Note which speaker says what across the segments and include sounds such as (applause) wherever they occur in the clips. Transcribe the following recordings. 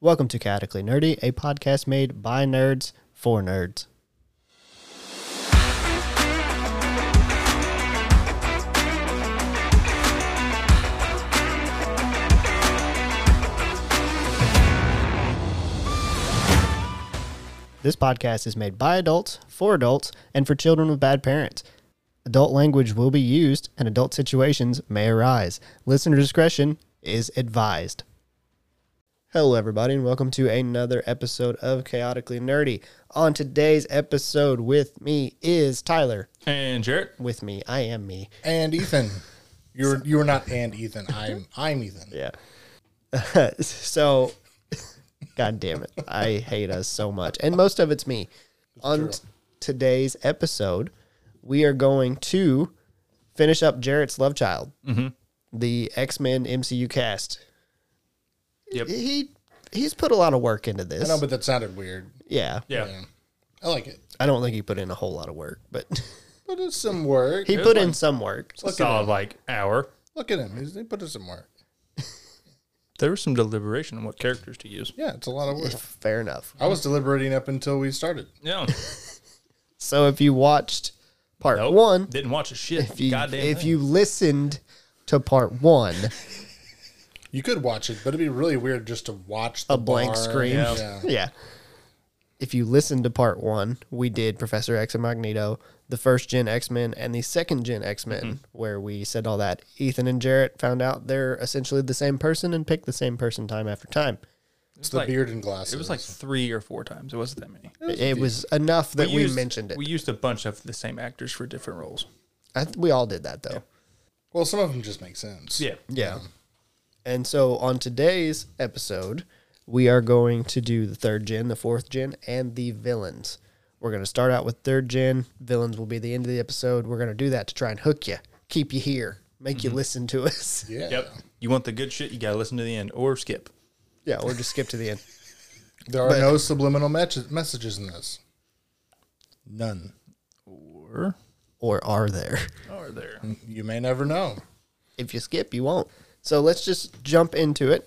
Speaker 1: Welcome to Chaotically Nerdy, a podcast made by nerds for nerds. This podcast is made by adults, for adults, and for children with bad parents. Adult language will be used and adult situations may arise. Listener discretion is advised. Hello, everybody, and welcome to another episode of Chaotically Nerdy. On today's episode with me is Tyler.
Speaker 2: And Jarrett.
Speaker 1: With me, I am me.
Speaker 3: and Ethan. You're you were not and Ethan. I'm I'm Ethan.
Speaker 1: Yeah. (laughs) so, God damn it. I hate us so much. And most of it's me. On t- today's episode, we are going to finish up Jarrett's Love Child, the X Men MCU cast.
Speaker 2: Yep.
Speaker 1: He. He's put a lot of work into this.
Speaker 3: I know, but that sounded weird.
Speaker 1: yeah.
Speaker 2: Yeah.
Speaker 3: Yeah. I like it.
Speaker 1: I don't think he put in a whole lot of work, but (laughs)
Speaker 3: Put in some work.
Speaker 1: he put in some work.
Speaker 2: A solid like hour.
Speaker 3: Look at him. He's, he put in some work.
Speaker 2: There was some deliberation on what characters to use.
Speaker 3: Yeah, it's a lot of
Speaker 1: (laughs)
Speaker 3: work.
Speaker 1: Fair enough.
Speaker 3: I was deliberating up until we started.
Speaker 2: Yeah.
Speaker 1: So if you watched part
Speaker 2: Nope.
Speaker 1: one,
Speaker 2: Didn't watch a shit.
Speaker 1: if you,
Speaker 2: Goddamn.
Speaker 1: if
Speaker 2: thing.
Speaker 1: you listened to part one,
Speaker 3: You could watch it, but it'd be really weird just to watch the
Speaker 1: a blank
Speaker 3: bar.
Speaker 1: screen.
Speaker 3: Yeah.
Speaker 1: (laughs) Yeah. If you listened to part one, we did Professor X and Magneto, the first gen X Men, and the second gen X Men, where we said all that. Ethan and Jarrett found out they're essentially the same person and picked the same person time after time.
Speaker 3: It's the
Speaker 2: like-
Speaker 3: beard and glasses.
Speaker 2: it was like three or four times. It wasn't that many.
Speaker 1: It was enough that we,
Speaker 2: used-
Speaker 1: mentioned it.
Speaker 2: We
Speaker 1: We,
Speaker 2: used a bunch of the same actors for different roles.
Speaker 1: I th- we all did that though.
Speaker 3: well, some of them just make sense.
Speaker 2: Yeah.
Speaker 1: Yeah. And so on today's episode, we are going to do the third gen, the fourth gen, and the villains. We're going to start out with third gen. Villains will be the end of the episode. We're going to do that to try and hook you, keep you here, make you listen to us.
Speaker 3: Yeah.
Speaker 2: Yep. You want the good shit, you gotta listen to the end or skip.
Speaker 1: (laughs) Yeah, or just skip to the end.
Speaker 3: There are no subliminal matches, messages in this. None.
Speaker 2: Or
Speaker 1: Or are there?
Speaker 2: are there?
Speaker 3: You may never know.
Speaker 1: If you skip, you won't. So let's just jump into it.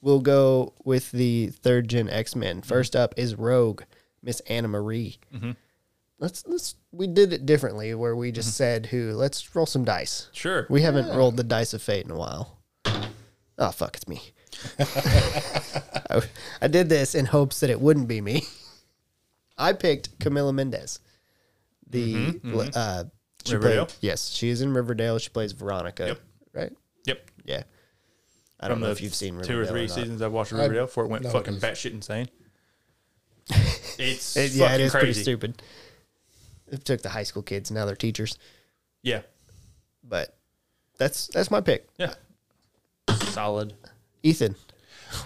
Speaker 1: We'll go with the third gen X Men. First up is Rogue, Miss Anna Marie. Let's let's we did it differently where we just said who. Let's roll some dice.
Speaker 2: Sure.
Speaker 1: We haven't rolled the dice of fate in a while. Oh fuck, it's me.
Speaker 2: (laughs)
Speaker 1: I, I did this in hopes that it wouldn't be me. I picked Camila Mendez. The uh, she
Speaker 2: Mm-hmm, Riverdale?
Speaker 1: played- yes, she is in Riverdale. She plays Veronica.
Speaker 2: Yep.
Speaker 1: Right.
Speaker 2: yep.
Speaker 1: Yeah. I don't
Speaker 2: From
Speaker 1: know
Speaker 2: the
Speaker 1: if you've seen
Speaker 2: two
Speaker 1: Riverdale
Speaker 2: or three
Speaker 1: not.
Speaker 2: seasons I've watched Riverdale before it went
Speaker 3: no, it
Speaker 2: fucking
Speaker 3: is.
Speaker 1: (laughs)
Speaker 2: batshit insane. It's
Speaker 1: It-
Speaker 2: yeah,
Speaker 1: yeah,
Speaker 2: fucking
Speaker 1: it is pretty
Speaker 2: crazy.
Speaker 1: stupid. It took the high school kids. Now they're teachers.
Speaker 2: Yeah.
Speaker 1: But that's that's my pick.
Speaker 2: Yeah. Solid.
Speaker 1: Ethan.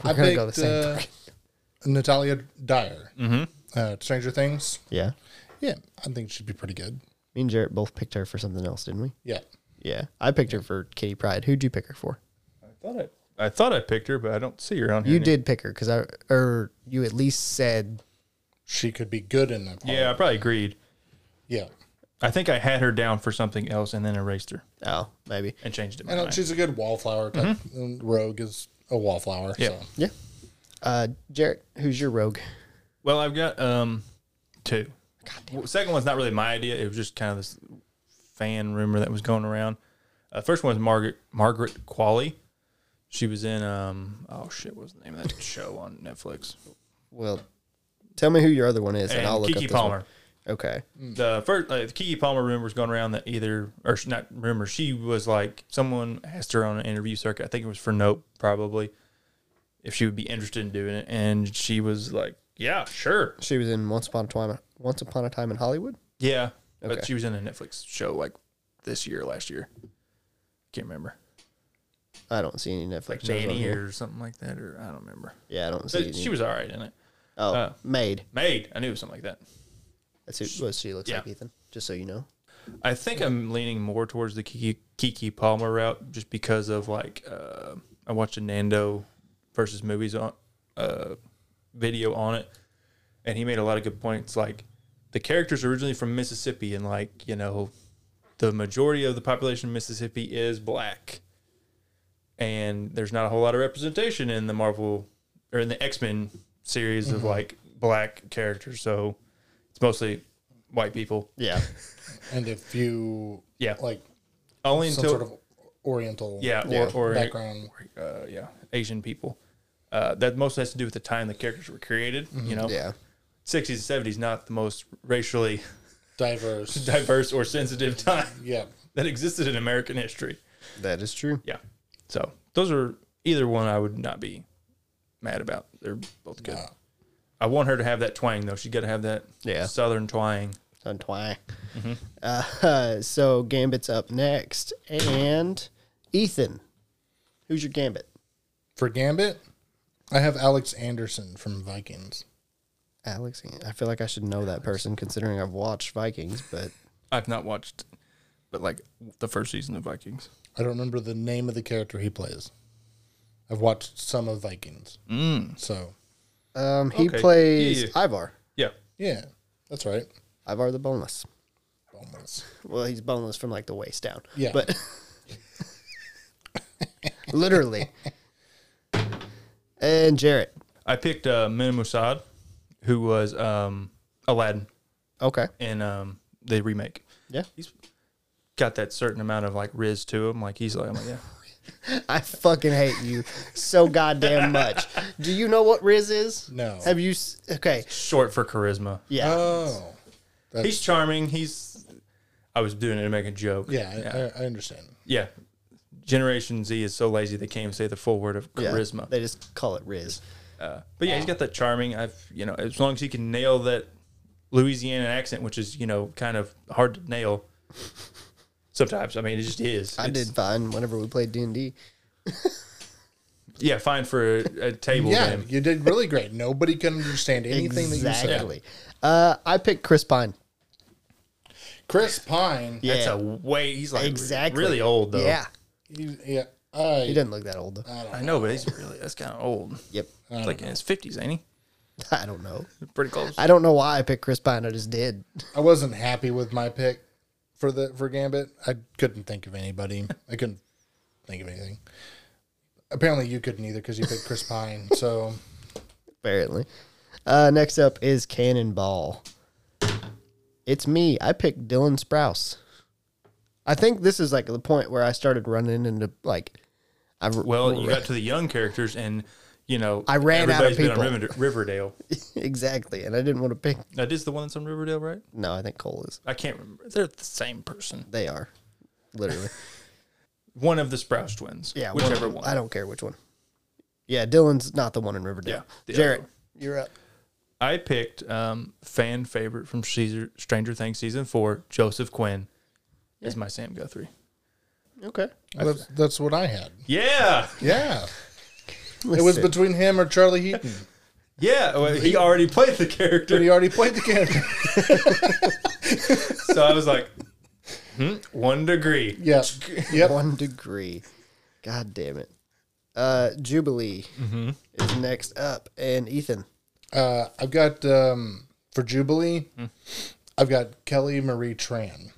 Speaker 1: We're
Speaker 3: I
Speaker 1: gonna
Speaker 3: picked
Speaker 1: go the same
Speaker 3: uh, (laughs) Natalia Dyer. Mm-hmm. Uh, Stranger Things.
Speaker 1: Yeah.
Speaker 3: Yeah, I think she'd be pretty good.
Speaker 1: Me and Jarrett both picked her for something else, didn't we?
Speaker 3: Yeah.
Speaker 1: Yeah. I picked her for Kitty Pride. Who'd you pick her for?
Speaker 2: I thought I I thought I picked her, but I don't see her on here.
Speaker 1: You
Speaker 2: anymore.
Speaker 1: did pick her because I or you at least said
Speaker 3: She could be good in that part.
Speaker 2: Yeah, I probably agreed.
Speaker 3: Yeah.
Speaker 2: I think I had her down for something else and then erased her
Speaker 1: oh, maybe.
Speaker 2: and changed it.
Speaker 3: I know she's a good wallflower type. and Rogue is a wallflower.
Speaker 2: Yeah.
Speaker 3: So.
Speaker 1: Yeah. Uh Jarrett, who's your rogue?
Speaker 2: Well, I've got um two. Well, second one's not really my idea. It was just kind of this fan rumor that was going around. Uh, first one was Margaret Margaret Qualley. She was in um oh shit, what was the name of that show on Netflix?
Speaker 1: Well tell me who your other one is and,
Speaker 2: And
Speaker 1: I'll look
Speaker 2: Kiki
Speaker 1: up this one.
Speaker 2: Palmer.
Speaker 1: Okay.
Speaker 2: Mm. the first like, the Kiki Palmer rumors going around that either or sh- not rumor she was like someone asked her on an interview circuit I think it was for Nope probably if she would be interested in doing it and she was like yeah sure
Speaker 1: She was in Once Upon a Time Once Upon a Time in Hollywood.
Speaker 2: yeah
Speaker 1: Okay.
Speaker 2: but she was in a Netflix show like this year last year can't remember
Speaker 1: I don't see any Netflix
Speaker 2: like
Speaker 1: shows on
Speaker 2: Nanny
Speaker 1: here.
Speaker 2: or something like that or I don't remember
Speaker 1: Yeah, I don't see.
Speaker 2: but
Speaker 1: Any.
Speaker 2: she was all right in it
Speaker 1: oh,
Speaker 2: uh,
Speaker 1: maid.
Speaker 2: Made I knew it was something like that
Speaker 1: That's who what she looks
Speaker 2: yeah.
Speaker 1: like, Ethan. Just so you know.
Speaker 2: I think I'm leaning more towards the Kiki, Kiki Palmer route just because of like uh, I watched a Nando versus movies on uh, video on it, and he made a lot of good points. Like the characters originally from Mississippi, and like you know, the majority of the population of Mississippi is black, and there's not a whole lot of representation in the Marvel or in the X Men series of
Speaker 3: Mm-hmm.
Speaker 2: like black characters. So it's mostly white people.
Speaker 1: Yeah.
Speaker 3: and if you
Speaker 2: Yeah.
Speaker 3: like
Speaker 2: Only
Speaker 3: some
Speaker 2: until
Speaker 3: sort of Oriental
Speaker 2: yeah,
Speaker 1: yeah,
Speaker 2: or, or
Speaker 3: background,
Speaker 2: uh, yeah, Asian people. Uh, that mostly has to do with the time the characters were created. You
Speaker 1: (laughs)
Speaker 2: know,
Speaker 1: Mm-hmm.
Speaker 2: (laughs)
Speaker 1: Yeah.
Speaker 2: sixties and seventies not the most racially (laughs)
Speaker 3: diverse,
Speaker 2: diverse or sensitive time (laughs)
Speaker 3: yeah,
Speaker 2: that existed in American history.
Speaker 1: That is true.
Speaker 2: Yeah, so those are either one I would not be mad about. They're both good.
Speaker 3: Nah.
Speaker 2: I want her to have that twang though. She got to have that
Speaker 1: Yeah.
Speaker 2: southern twang.
Speaker 1: Untwang. Uh, (laughs) so Gambit's up next. And Ethan, who's your Gambit?
Speaker 3: For Gambit, I have Alex Anderson from Vikings.
Speaker 1: Alex, I feel like I should know that person considering I've watched Vikings, but
Speaker 2: I've not watched, but like the first season of Vikings.
Speaker 3: I don't remember the name of the character he plays. I've watched some of Vikings, mm. so
Speaker 1: um, he
Speaker 2: Okay.
Speaker 1: plays
Speaker 2: Yeah, yeah.
Speaker 1: Ivar.
Speaker 2: Yeah,
Speaker 3: yeah, that's right.
Speaker 1: Ivar the boneless.
Speaker 3: Boneless.
Speaker 1: Well, he's boneless from like the waist down.
Speaker 3: Yeah.
Speaker 1: But literally. And Jarrett.
Speaker 2: I picked uh, Mina Musad, who was um, Aladdin
Speaker 1: Okay.
Speaker 2: in um, the remake.
Speaker 1: Yeah.
Speaker 2: He's got that certain amount of like riz to him. Like he's like,
Speaker 1: (laughs)
Speaker 2: I'm like, yeah,
Speaker 1: I fucking hate you so goddamn much. Do you know what Riz is?
Speaker 3: No.
Speaker 1: Have you? s- Okay.
Speaker 2: short for charisma.
Speaker 1: Yeah.
Speaker 3: Oh,
Speaker 2: He's charming. He's. I was doing it to make a joke.
Speaker 3: yeah, I-
Speaker 2: yeah.
Speaker 3: I, I understand.
Speaker 2: Yeah. Generation Z is so lazy they can't even say the full word of
Speaker 1: Yeah.
Speaker 2: charisma.
Speaker 1: They just call it Riz.
Speaker 2: Uh, but yeah, he's got that charming. I've you know, as long as he can nail that Louisiana accent, which is you know kind of hard to nail. Sometimes I mean it just is.
Speaker 1: I
Speaker 2: It's-
Speaker 1: did fine whenever we played D and D.
Speaker 2: Yeah, fine for a, a table
Speaker 3: Yeah,
Speaker 2: game.
Speaker 3: you did really great. Nobody can understand anything that you said.
Speaker 1: Exactly. Uh, I picked Chris Pine.
Speaker 3: Chris Pine.
Speaker 2: That's
Speaker 1: Yeah.
Speaker 2: a way. He's like
Speaker 1: Exactly.
Speaker 2: really old though.
Speaker 1: Yeah. Uh,
Speaker 3: He, yeah, I,
Speaker 1: He doesn't look that old. Though.
Speaker 3: I don't
Speaker 2: I know, but he's really that's kind of old.
Speaker 1: Yep. (laughs)
Speaker 2: He's like in his fifties, ain't he?
Speaker 1: I don't know.
Speaker 2: Pretty close.
Speaker 1: I don't know why I picked Chris Pine. I just did. (laughs)
Speaker 3: I wasn't happy with my pick for the for Gambit. I couldn't think of anybody. I couldn't think of anything. Apparently, you couldn't either because you picked Chris Pine. So
Speaker 1: Apparently. Uh, next up is Cannonball. It's me. I picked Dylan Sprouse. I think this is like the point where I started running into like. I've, (laughs)
Speaker 2: well, you got to the young characters, and you know
Speaker 1: I ran out of
Speaker 2: everybody's been on
Speaker 1: people.
Speaker 2: River- Riverdale.
Speaker 1: exactly, and I didn't want to pick.
Speaker 2: That is the one that's on Riverdale, right?
Speaker 1: No, I think Cole is.
Speaker 2: I can't remember. They're the same person.
Speaker 1: They are, literally.
Speaker 2: One of the Sprouse twins.
Speaker 1: Yeah, one of
Speaker 2: whichever
Speaker 1: them.
Speaker 2: one.
Speaker 1: I don't care which one. Yeah, Dylan's not the one in Riverdale.
Speaker 2: Yeah, the
Speaker 1: Jarrett,
Speaker 2: other
Speaker 1: you're up.
Speaker 2: I picked um, fan favorite from Caesar, Stranger Things season four, Joseph Quinn, as my Sam Guthrie.
Speaker 1: Okay.
Speaker 3: that's, that's what I had.
Speaker 2: Yeah,
Speaker 3: Yeah, it was between him or Charlie Heaton,
Speaker 2: yeah. Well, he already played the
Speaker 3: but
Speaker 2: character,
Speaker 3: he already played the character.
Speaker 2: so I was like, hmm, one degree.
Speaker 3: Yeah, yep.
Speaker 1: one degree. God damn it. Uh, Jubilee
Speaker 2: Mm-hmm.
Speaker 1: is next up, and Ethan.
Speaker 3: Uh, I've got um, for Jubilee. I've got Kelly Marie Tran.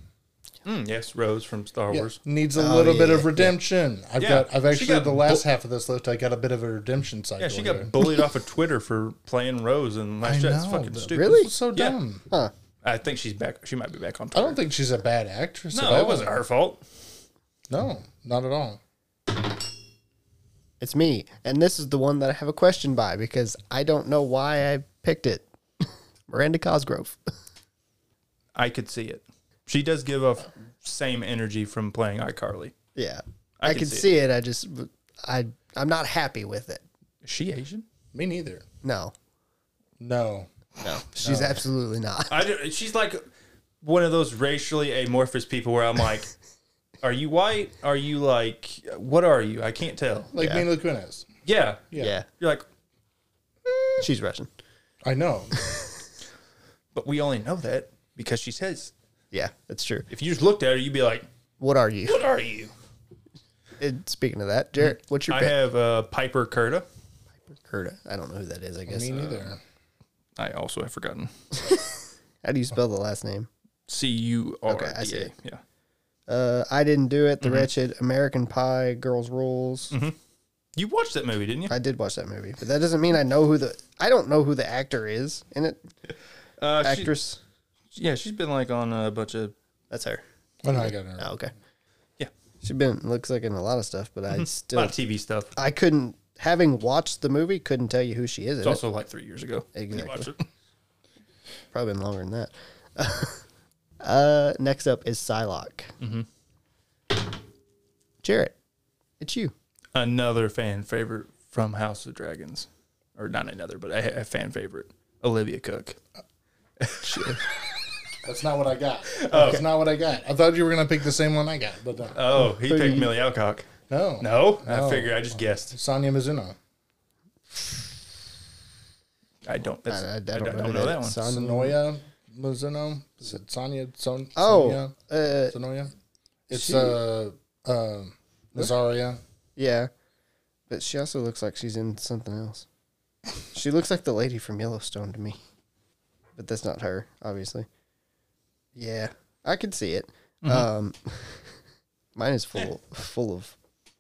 Speaker 2: Mm, yes, Rose from Star
Speaker 3: Yeah,
Speaker 2: Wars.
Speaker 3: needs a little bit
Speaker 1: yeah,
Speaker 3: of redemption. I've
Speaker 2: Oh, Yeah.
Speaker 3: got. I've
Speaker 2: She
Speaker 3: actually
Speaker 2: got
Speaker 3: the last half of this list. I got a bit of a redemption cycle.
Speaker 2: Yeah, she
Speaker 3: here.
Speaker 2: got bullied off of Twitter for playing Rose and
Speaker 3: I
Speaker 2: last year. It's
Speaker 3: know,
Speaker 2: fucking
Speaker 3: but-
Speaker 2: stupid.
Speaker 1: Really?
Speaker 3: It's so
Speaker 2: Yeah.
Speaker 3: dumb.
Speaker 1: Huh.
Speaker 2: I think she's back. She might be back on
Speaker 3: I
Speaker 2: Twitter.
Speaker 3: don't think she's a bad actress. at
Speaker 2: no,
Speaker 3: all.
Speaker 2: it wasn't her fault.
Speaker 3: No, not at all.
Speaker 1: It's me. And this is the one that I have a question by because I don't know why I picked it. (laughs) Miranda Cosgrove. (laughs)
Speaker 2: I could see it. She does give off same energy from playing iCarly.
Speaker 1: yeah. I,
Speaker 2: I
Speaker 1: can,
Speaker 2: can see
Speaker 1: see it. I just, I, I'm not happy with it.
Speaker 2: Is she Asian?
Speaker 3: Me neither.
Speaker 1: No.
Speaker 3: No.
Speaker 1: No. She's absolutely not.
Speaker 2: I don't- she's like one of those racially amorphous people where I'm like, are you white? Are you like, what are you? I can't tell.
Speaker 3: Like Mila Kunis.
Speaker 2: Yeah.
Speaker 1: Yeah.
Speaker 3: Yeah.
Speaker 2: You're like,
Speaker 1: She's Russian.
Speaker 3: I know.
Speaker 2: but we only know that because she says,
Speaker 1: Yeah, that's true.
Speaker 2: if you just looked at her, you'd be like,
Speaker 1: What are you? (laughs)
Speaker 2: what are you?
Speaker 1: And speaking of that, Jarrett, what's your
Speaker 2: Mm-hmm. I
Speaker 1: pick?
Speaker 2: have uh, Piper Curta.
Speaker 1: Curta. I don't know who that is, I
Speaker 2: (laughs)
Speaker 1: guess.
Speaker 3: Me neither.
Speaker 2: I also have forgotten.
Speaker 1: How do you spell the last name?
Speaker 2: C U R
Speaker 1: Okay, I see
Speaker 2: D A.
Speaker 1: it.
Speaker 2: Yeah. Mm-hmm.
Speaker 1: Uh, I didn't do it. The Wretched, American Pie, Girls Rules.
Speaker 2: You watched that movie, didn't you?
Speaker 1: I did watch that movie, but that doesn't mean I know who the I don't know who the actor is in it.
Speaker 2: Uh, she-
Speaker 1: Actress,
Speaker 2: yeah, she's been like on a bunch of.
Speaker 1: that's her.
Speaker 3: Oh, no, I got it.
Speaker 1: Oh, okay.
Speaker 2: Yeah.
Speaker 1: She's been looks like in a lot of stuff, but I
Speaker 2: A
Speaker 1: still
Speaker 2: lot of TV stuff. It's
Speaker 1: I couldn't having watched the movie couldn't tell you who she is. in it.
Speaker 2: also like three years ago. You
Speaker 1: Exactly. (laughs)
Speaker 2: watched it.
Speaker 1: Probably been longer than that. (laughs) uh, next up is Psylocke.
Speaker 2: Mm-hmm.
Speaker 1: Jarrett, it's you.
Speaker 2: Another fan favorite from House of Dragons, or not another, but a, a fan favorite, Olivia
Speaker 1: (laughs)
Speaker 2: Cook.
Speaker 3: That's not what I got.
Speaker 2: Oh,
Speaker 3: That's not what I got. I thought you were gonna pick the same one I got, but uh,
Speaker 2: Oh, he
Speaker 1: do
Speaker 2: picked
Speaker 1: you-
Speaker 2: Millie Alcock.
Speaker 3: no,
Speaker 2: No, I
Speaker 3: No.
Speaker 2: figure I just guessed.
Speaker 3: Sonia Mizuno.
Speaker 2: I don't. That's,
Speaker 1: I- I
Speaker 2: I,
Speaker 1: don't
Speaker 2: don't,
Speaker 1: know
Speaker 2: know,
Speaker 1: that
Speaker 2: that one.
Speaker 1: song.
Speaker 3: Sonoya Mizuno. Is it Sonia? Son-
Speaker 1: Oh,
Speaker 3: Sonia?
Speaker 1: uh,
Speaker 3: Sonoya. It's uh, uh, Nazaria.
Speaker 1: yeah, but she also looks like she's in something else. She looks like the lady from Yellowstone to me, but that's not her, obviously. Yeah, I could see it.
Speaker 2: Mm-hmm.
Speaker 1: Um, (laughs) mine is full full of.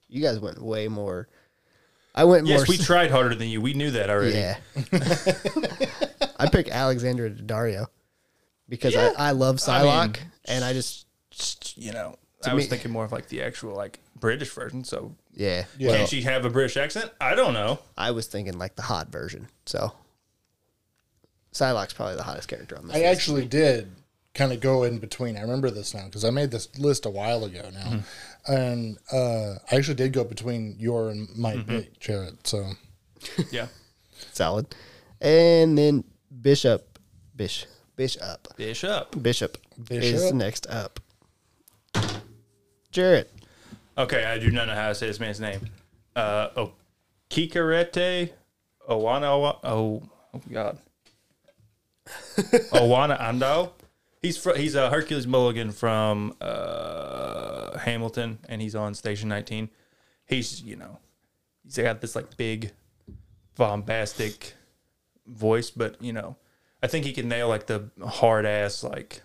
Speaker 1: You guys went way more. I went more.
Speaker 2: Yes, we
Speaker 1: s-
Speaker 2: tried harder than you. We knew that already.
Speaker 1: Yeah. I pick Alexandra Daddario because I, I love
Speaker 2: I mean,
Speaker 1: Psylocke and I just
Speaker 2: You know, I was
Speaker 1: me-
Speaker 2: thinking more of like the actual like British version. So
Speaker 1: yeah.
Speaker 3: Yeah.
Speaker 2: can she have a British accent? I don't know.
Speaker 1: I was thinking like the hot version. So Psylocke's probably the hottest character on this.
Speaker 3: I
Speaker 1: list.
Speaker 3: actually did kind of go in between. I remember this now because I made this list a while ago now,
Speaker 1: Mm-hmm.
Speaker 3: and uh, I actually did go between your and my
Speaker 1: Mm-hmm.
Speaker 3: pick, Jared. So
Speaker 2: Yeah,
Speaker 1: Solid. And then Bishop Bish Bishop
Speaker 2: dish up.
Speaker 1: Bishop, is
Speaker 3: Bishop?
Speaker 1: next up. Jarrett.
Speaker 2: Okay, I do not know how to say this man's name. Uh, oh, Kikarete Owana. Oh, oh God. Owana Ando. He's fr- he's uh, Hercules Mulligan from uh, Hamilton, and he's on Station 19. He's you know he's got this like big, bombastic voice, but you know I think he can nail like the hard ass like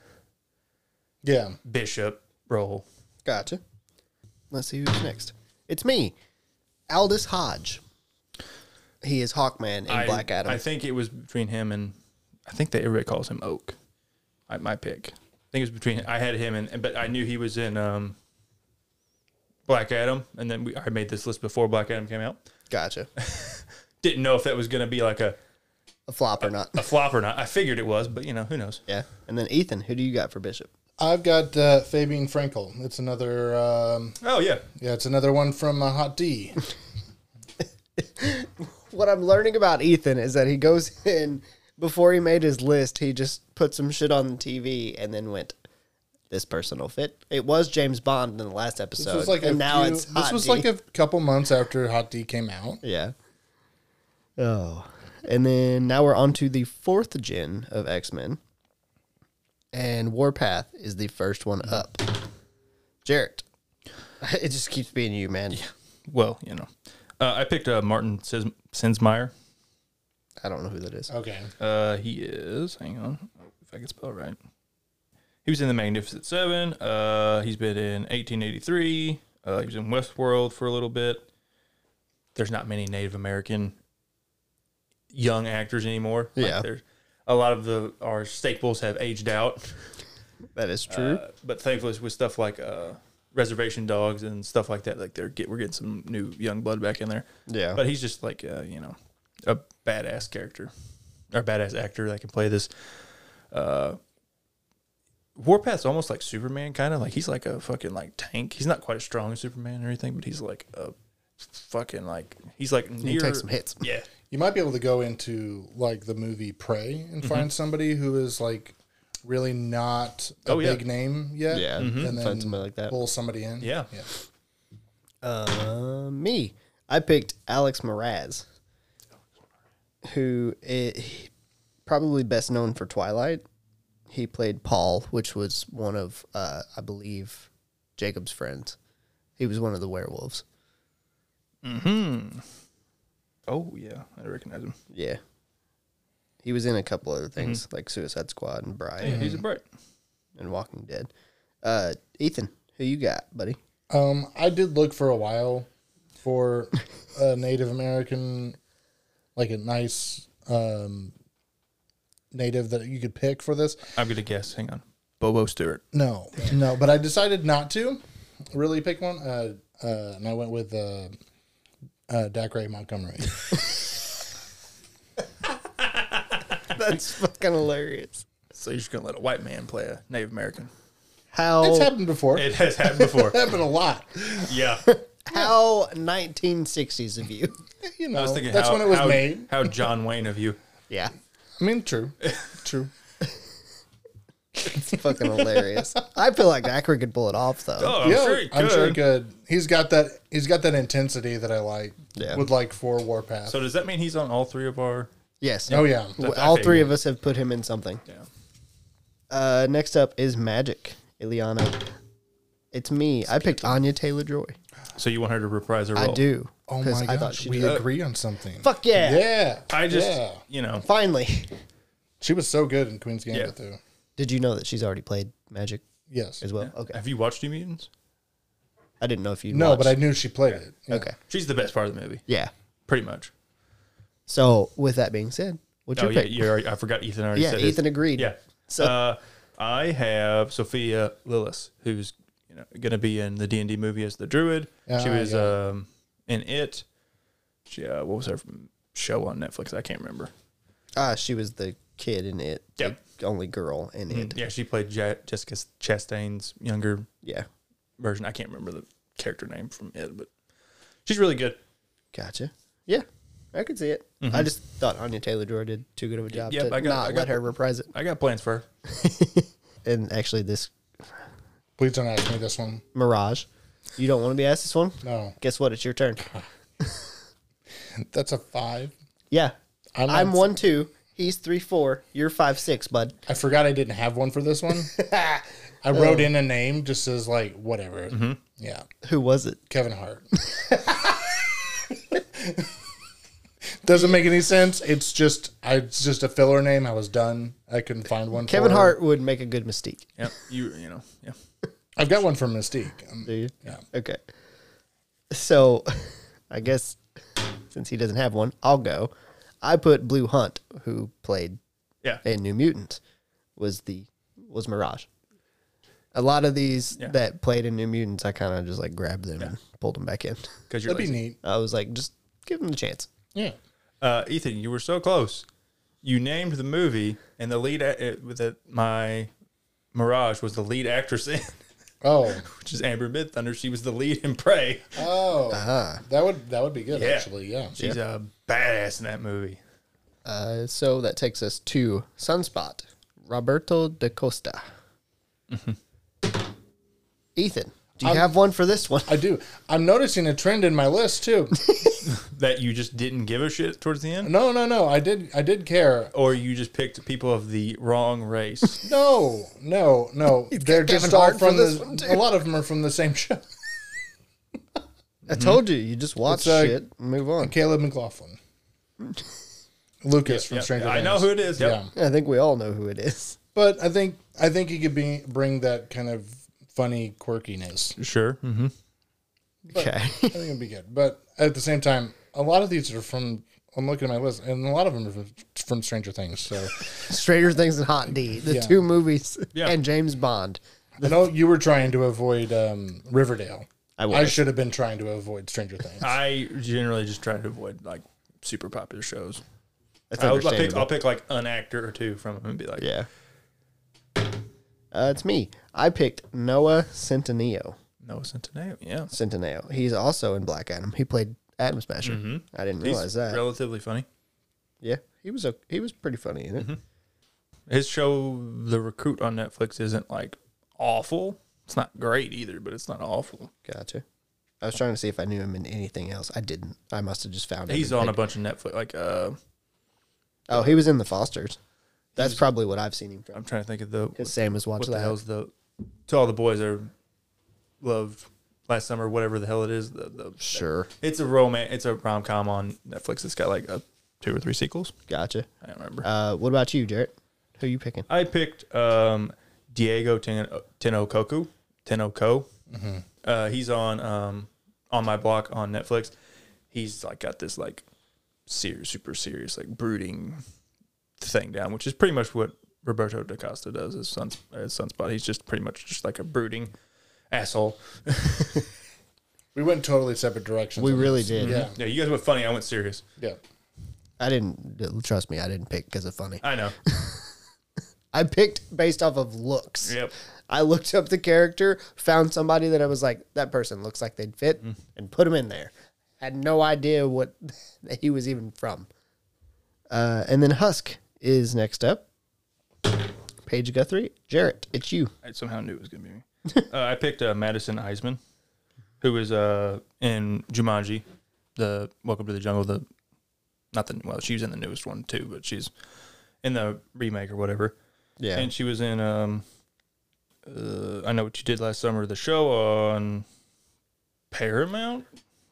Speaker 3: yeah,
Speaker 2: bishop role.
Speaker 1: Gotcha. Let's see who's next. It's me, Aldous Hodge. He is Hawkman in
Speaker 2: I-
Speaker 1: Black Adam.
Speaker 2: I think it was between him and I think that everybody calls him Oak. I, my pick. I think it was between I had him and, and but I knew he was in um, Black Adam, and then we I made this list before Black Adam came out.
Speaker 1: gotcha.
Speaker 2: Didn't know if that was gonna be like a,
Speaker 1: A flop or not.
Speaker 2: a
Speaker 3: (laughs)
Speaker 2: flop or not. I figured it was, but you know who knows.
Speaker 1: Yeah. And then Ethan, who do you got for Bishop?
Speaker 3: I've got uh, Fabian Frankel. It's another. Um,
Speaker 2: Oh yeah,
Speaker 3: yeah, it's another one from uh, Hot
Speaker 1: (laughs)
Speaker 3: D.
Speaker 1: What I'm learning about Ethan is that he goes (laughs) in before he made his list, he just put some shit on the TV and then went, This person will fit. It was James Bond in the last episode.
Speaker 3: This was like a
Speaker 1: and now
Speaker 3: few-
Speaker 1: it's
Speaker 3: this was like a couple months after Hot D came out.
Speaker 1: Yeah. Oh. And then now we're on to the fourth gen of X Men. And Warpath is the first one up. Jarrett. (laughs) It just keeps being you, man.
Speaker 2: well you know, uh, I picked uh, Martin Sis- Sinsmeyer.
Speaker 1: I don't know who that is.
Speaker 3: Okay,
Speaker 2: Uh, he is. Hang on, if I can spell it right. He was in the Magnificent Seven. Uh, he's been in 1883. Uh, he was in Westworld for a little bit. There's not many Native American young actors anymore. Like,
Speaker 1: Yeah.
Speaker 2: there's a lot of the our staples have aged out.
Speaker 1: That is true.
Speaker 2: Uh, but thankfully, with stuff like uh, Reservation Dogs and stuff like that, like they're get we're getting some new young blood back in there.
Speaker 1: Yeah.
Speaker 2: But he's just like uh, you know a badass character or badass actor that can play this. Uh, Warpath's almost like Superman, kind of like he's like a fucking like tank. He's not quite as strong as Superman or anything, but he's like a fucking like he's like near.
Speaker 1: he takes some hits.
Speaker 2: Yeah,
Speaker 3: you might be able to go into like the movie Prey and
Speaker 2: Mm-hmm.
Speaker 3: find somebody who is like really not a
Speaker 2: Oh, yeah. Mm-hmm.
Speaker 3: big name yet.
Speaker 1: Yeah, Mhm.
Speaker 3: and then
Speaker 1: find somebody like that.
Speaker 3: Pull somebody in.
Speaker 2: Yeah.
Speaker 3: yeah.
Speaker 1: Uh, me. I picked Alex Mraz, who i- probably best known for Twilight. He played Paul, which was one of, uh, I believe, Jacob's friends. He was one of the werewolves.
Speaker 2: Oh yeah, I recognize him.
Speaker 1: Yeah. He was in a couple other things like Suicide Squad and Brian
Speaker 2: Mm-hmm. Yeah, he's a bright.
Speaker 1: and Walking Dead. Uh, Ethan, who you got, buddy? (laughs)
Speaker 3: Um, I did look for a while for a (laughs) Native American, like a nice um, native that you could pick for this?
Speaker 2: I'm gonna guess. Hang on, Bobo Stewart.
Speaker 3: No, no. But I decided not to really pick one, uh, uh, and I went with uh, uh, Dacre Montgomery.
Speaker 1: That's fucking hilarious.
Speaker 2: So you're just gonna let a white man play a Native American?
Speaker 3: It's
Speaker 1: How
Speaker 3: happened before. It
Speaker 2: Oh. It has happened before.
Speaker 3: happened a lot.
Speaker 2: yeah.
Speaker 1: how 1960s of you?
Speaker 3: You
Speaker 2: I
Speaker 3: know,
Speaker 2: was thinking
Speaker 3: Oh, that's
Speaker 2: how,
Speaker 3: when it was
Speaker 2: how,
Speaker 3: made.
Speaker 2: How John Wayne of you?
Speaker 1: Yeah,
Speaker 3: I mean, (laughs) true, true.
Speaker 1: it's fucking hilarious. I feel like Akron could pull it off though.
Speaker 2: Oh, I'm
Speaker 3: yeah,
Speaker 2: sure he could.
Speaker 3: I'm sure he could. He's got that. He's got that intensity that I like.
Speaker 1: Yeah.
Speaker 3: Would like for Warpath.
Speaker 2: So does that mean he's on all three of our?
Speaker 1: Yes.
Speaker 3: oh yeah.
Speaker 2: That's
Speaker 1: All
Speaker 2: I
Speaker 1: three
Speaker 2: figured.
Speaker 1: of us have put him in something.
Speaker 2: Yeah.
Speaker 1: Uh, next up is Magic, Ileana. It's me. I picked Anya Taylor Joy.
Speaker 2: So you want her to reprise her
Speaker 1: I
Speaker 2: role?
Speaker 1: do.
Speaker 3: Oh
Speaker 1: 'cause
Speaker 3: my
Speaker 1: I thought
Speaker 3: gosh,
Speaker 1: she
Speaker 3: we
Speaker 1: did.
Speaker 3: agree on something.
Speaker 1: Fuck yeah.
Speaker 3: Yeah.
Speaker 2: I just,
Speaker 3: Yeah.
Speaker 2: you know,
Speaker 1: Finally. (laughs)
Speaker 3: She was so good in Queen's Gambit
Speaker 2: Yeah.
Speaker 3: though.
Speaker 1: Did you know that she's already played Magic
Speaker 3: Yes.
Speaker 1: as well? Okay.
Speaker 2: have you watched New Mutants?
Speaker 1: I didn't know if you.
Speaker 3: No,
Speaker 1: watched.
Speaker 3: but I knew she played it. Yeah.
Speaker 1: Okay.
Speaker 2: She's the best part of the movie,
Speaker 1: Yeah.
Speaker 2: pretty much.
Speaker 1: So with that being said, what's
Speaker 2: Oh
Speaker 1: your
Speaker 2: yeah,
Speaker 1: pick?
Speaker 2: you already, I forgot Ethan already
Speaker 1: Yeah,
Speaker 2: said his.
Speaker 1: Ethan agreed.
Speaker 2: Yeah.
Speaker 1: So-
Speaker 2: uh, I have Sophia Lillis, who's you know going to be in the D and D movie as the Druid. she
Speaker 3: Ah,
Speaker 2: was
Speaker 3: yeah.
Speaker 2: um, in it. She uh, what was her show on Netflix? I can't remember.
Speaker 1: Ah, she was the kid in it.
Speaker 2: Yep.
Speaker 1: The only girl in it.
Speaker 2: Yeah, she played Ja Jessica Chastain's younger
Speaker 1: Yeah.
Speaker 2: version. I can't remember the character name from it, but she's really good.
Speaker 1: Gotcha. Yeah. I could see it. I just thought Anya Taylor Joy did too good of a job
Speaker 2: Mm-hmm. Yep,
Speaker 1: to
Speaker 2: I got-
Speaker 1: not
Speaker 2: I got-
Speaker 1: let her reprise it.
Speaker 2: I got plans for her.
Speaker 1: And actually, this
Speaker 3: Please don't ask me this one.
Speaker 1: Mirage, you don't want to be asked this one.
Speaker 3: No.
Speaker 1: Guess what? It's your turn.
Speaker 3: That's a five.
Speaker 1: Yeah.
Speaker 3: I'm
Speaker 1: I'm,
Speaker 3: on-
Speaker 1: one two. He's three four. You're five six, bud.
Speaker 3: I forgot I didn't have one for this one. I wrote in a name just as like whatever. Yeah.
Speaker 1: Who was it?
Speaker 3: Kevin Hart. Doesn't make any sense. It's just I it's just a filler name. I was done. I couldn't find one.
Speaker 1: Kevin
Speaker 3: for-
Speaker 1: Hart would make a good mistake.
Speaker 2: Yeah, you you know yeah.
Speaker 3: I've got one for Mystique. Um,
Speaker 1: Do you?
Speaker 3: Yeah.
Speaker 1: Okay. So, (laughs) I guess since he doesn't have one, I'll go. I put Blue Hunt, who played
Speaker 2: Yeah.
Speaker 1: in New Mutants, was the was Mirage. A lot of these
Speaker 2: Yeah.
Speaker 1: that played in New Mutants, I kind of just like grabbed them and pulled them back in. (laughs)
Speaker 2: Because you're
Speaker 3: That'd be
Speaker 2: lazy.
Speaker 3: neat.
Speaker 1: I was like, just give them the chance.
Speaker 3: Yeah.
Speaker 2: Uh, Ethan, you were so close. You named the movie, and the lead a- uh, that my Mirage was the lead actress in, (laughs)
Speaker 3: Oh.
Speaker 2: which is Amber Mid Thunder. She was the lead in Prey.
Speaker 3: Oh.
Speaker 1: Uh-huh.
Speaker 3: That would that would be good
Speaker 2: Yeah.
Speaker 3: actually. Yeah.
Speaker 2: She's a badass in that movie.
Speaker 1: Uh, so that takes us to Sunspot, Roberto da Costa.
Speaker 2: Mm-hmm.
Speaker 1: Ethan, do you
Speaker 3: Um,
Speaker 1: have one for this one? (laughs)
Speaker 3: I do. I'm noticing a trend in my list too.
Speaker 2: That you just didn't give a shit towards the end,
Speaker 3: No, no, no. I did. I did care.
Speaker 2: or you just picked people of the wrong
Speaker 3: (laughs)
Speaker 2: race.
Speaker 3: No, no,
Speaker 1: (laughs)
Speaker 3: no. They're
Speaker 1: Kevin
Speaker 3: just all
Speaker 1: Hart for
Speaker 3: from
Speaker 1: this
Speaker 3: the. A lot of them are from the same show.
Speaker 2: mm-hmm.
Speaker 1: I told you, you just watch
Speaker 3: It's, uh,
Speaker 1: shit and move on. (laughs)
Speaker 3: Caleb McLaughlin, Lucas from
Speaker 2: Yep.
Speaker 3: Stranger
Speaker 2: I
Speaker 3: Things.
Speaker 2: know who it is. Yep.
Speaker 3: Yeah,
Speaker 1: I think we all know who it is. (laughs)
Speaker 3: but I think I think he could be bring that kind of funny quirkiness.
Speaker 2: Sure. hmm
Speaker 3: Mm-hmm.
Speaker 1: Okay.
Speaker 3: I think it'd be good. But at the same time, a lot of these are from. I'm looking at my list, and a lot of them are from- from Stranger Things. So
Speaker 1: Stranger Things and Hot D, the
Speaker 3: Yeah.
Speaker 1: two movies,
Speaker 2: Yeah.
Speaker 1: and James Bond.
Speaker 3: I know you were trying to avoid um, Riverdale.
Speaker 1: I
Speaker 3: I
Speaker 1: was. Ah.
Speaker 3: should have been trying to avoid Stranger Things.
Speaker 2: I generally just try to avoid like super popular shows.
Speaker 1: That's
Speaker 2: I would, I'll, pick,
Speaker 1: understandable.
Speaker 2: I'll pick like an actor or two from them and be like,
Speaker 1: yeah. Uh, it's me. I picked Noah Centineo.
Speaker 2: Noah Centineo. Yeah,
Speaker 1: Centineo. He's also in Black Adam. He played Adam Smasher. I didn't
Speaker 2: Mm-hmm. he's
Speaker 1: realize that.
Speaker 2: relatively funny.
Speaker 1: yeah, he was a, he was pretty funny in it.
Speaker 2: Mm-hmm. His show, The Recruit on Netflix, isn't like awful. It's not great either, but it's not awful.
Speaker 1: Gotcha. I was trying to see if I knew him in anything else. I didn't. I must have just found him.
Speaker 2: He's
Speaker 1: and
Speaker 2: on a
Speaker 1: picked-
Speaker 2: bunch of Netflix. Like, uh,
Speaker 1: Oh, he was in The Fosters. That's probably what I've seen him from.
Speaker 2: I'm trying to think of the
Speaker 1: Because Sam was
Speaker 2: what
Speaker 1: watching
Speaker 2: the
Speaker 1: that.
Speaker 2: hell's the to all the boys are loved last summer, whatever the hell it is. The, the
Speaker 1: Sure.
Speaker 2: it's a romance. It's a rom com on Netflix. It's got like a two or three sequels.
Speaker 1: Gotcha.
Speaker 2: I don't remember.
Speaker 1: Uh, what about you, Jarrett? Who you picking?
Speaker 2: I picked um, Diego Ten- Tenokoku. Tenoko. Uh, he's on um, on my block on Netflix, he's like got this like serious, super serious, like brooding thing down, which is pretty much what Roberto da Costa does as, Suns, as Sunspot. He's just pretty much just like a brooding asshole.
Speaker 3: We went totally separate directions.
Speaker 1: We
Speaker 3: on
Speaker 1: really
Speaker 3: this.
Speaker 1: did.
Speaker 3: Yeah.
Speaker 2: Yeah, you guys went funny. I went serious.
Speaker 3: Yeah.
Speaker 1: I didn't trust me. I didn't pick because of funny.
Speaker 2: I know.
Speaker 1: I picked based off of looks.
Speaker 2: Yep.
Speaker 1: I looked up the character, found somebody that I was like, that person looks like they'd fit,
Speaker 2: Mm.
Speaker 1: and put him in there. Had no idea what (laughs) that he was even from. Uh, and then Husk is next up. Paige Guthrie, Jarrett, it's you.
Speaker 2: I somehow knew it was going to be me. (laughs) uh, I picked uh, Madison Eisman, who was uh, in Jumanji, the Welcome to the Jungle. The not the well, she was in the newest one too, but she's in the remake or whatever.
Speaker 1: Yeah.
Speaker 2: And she was in um, uh, I know what you did last summer, the show on Paramount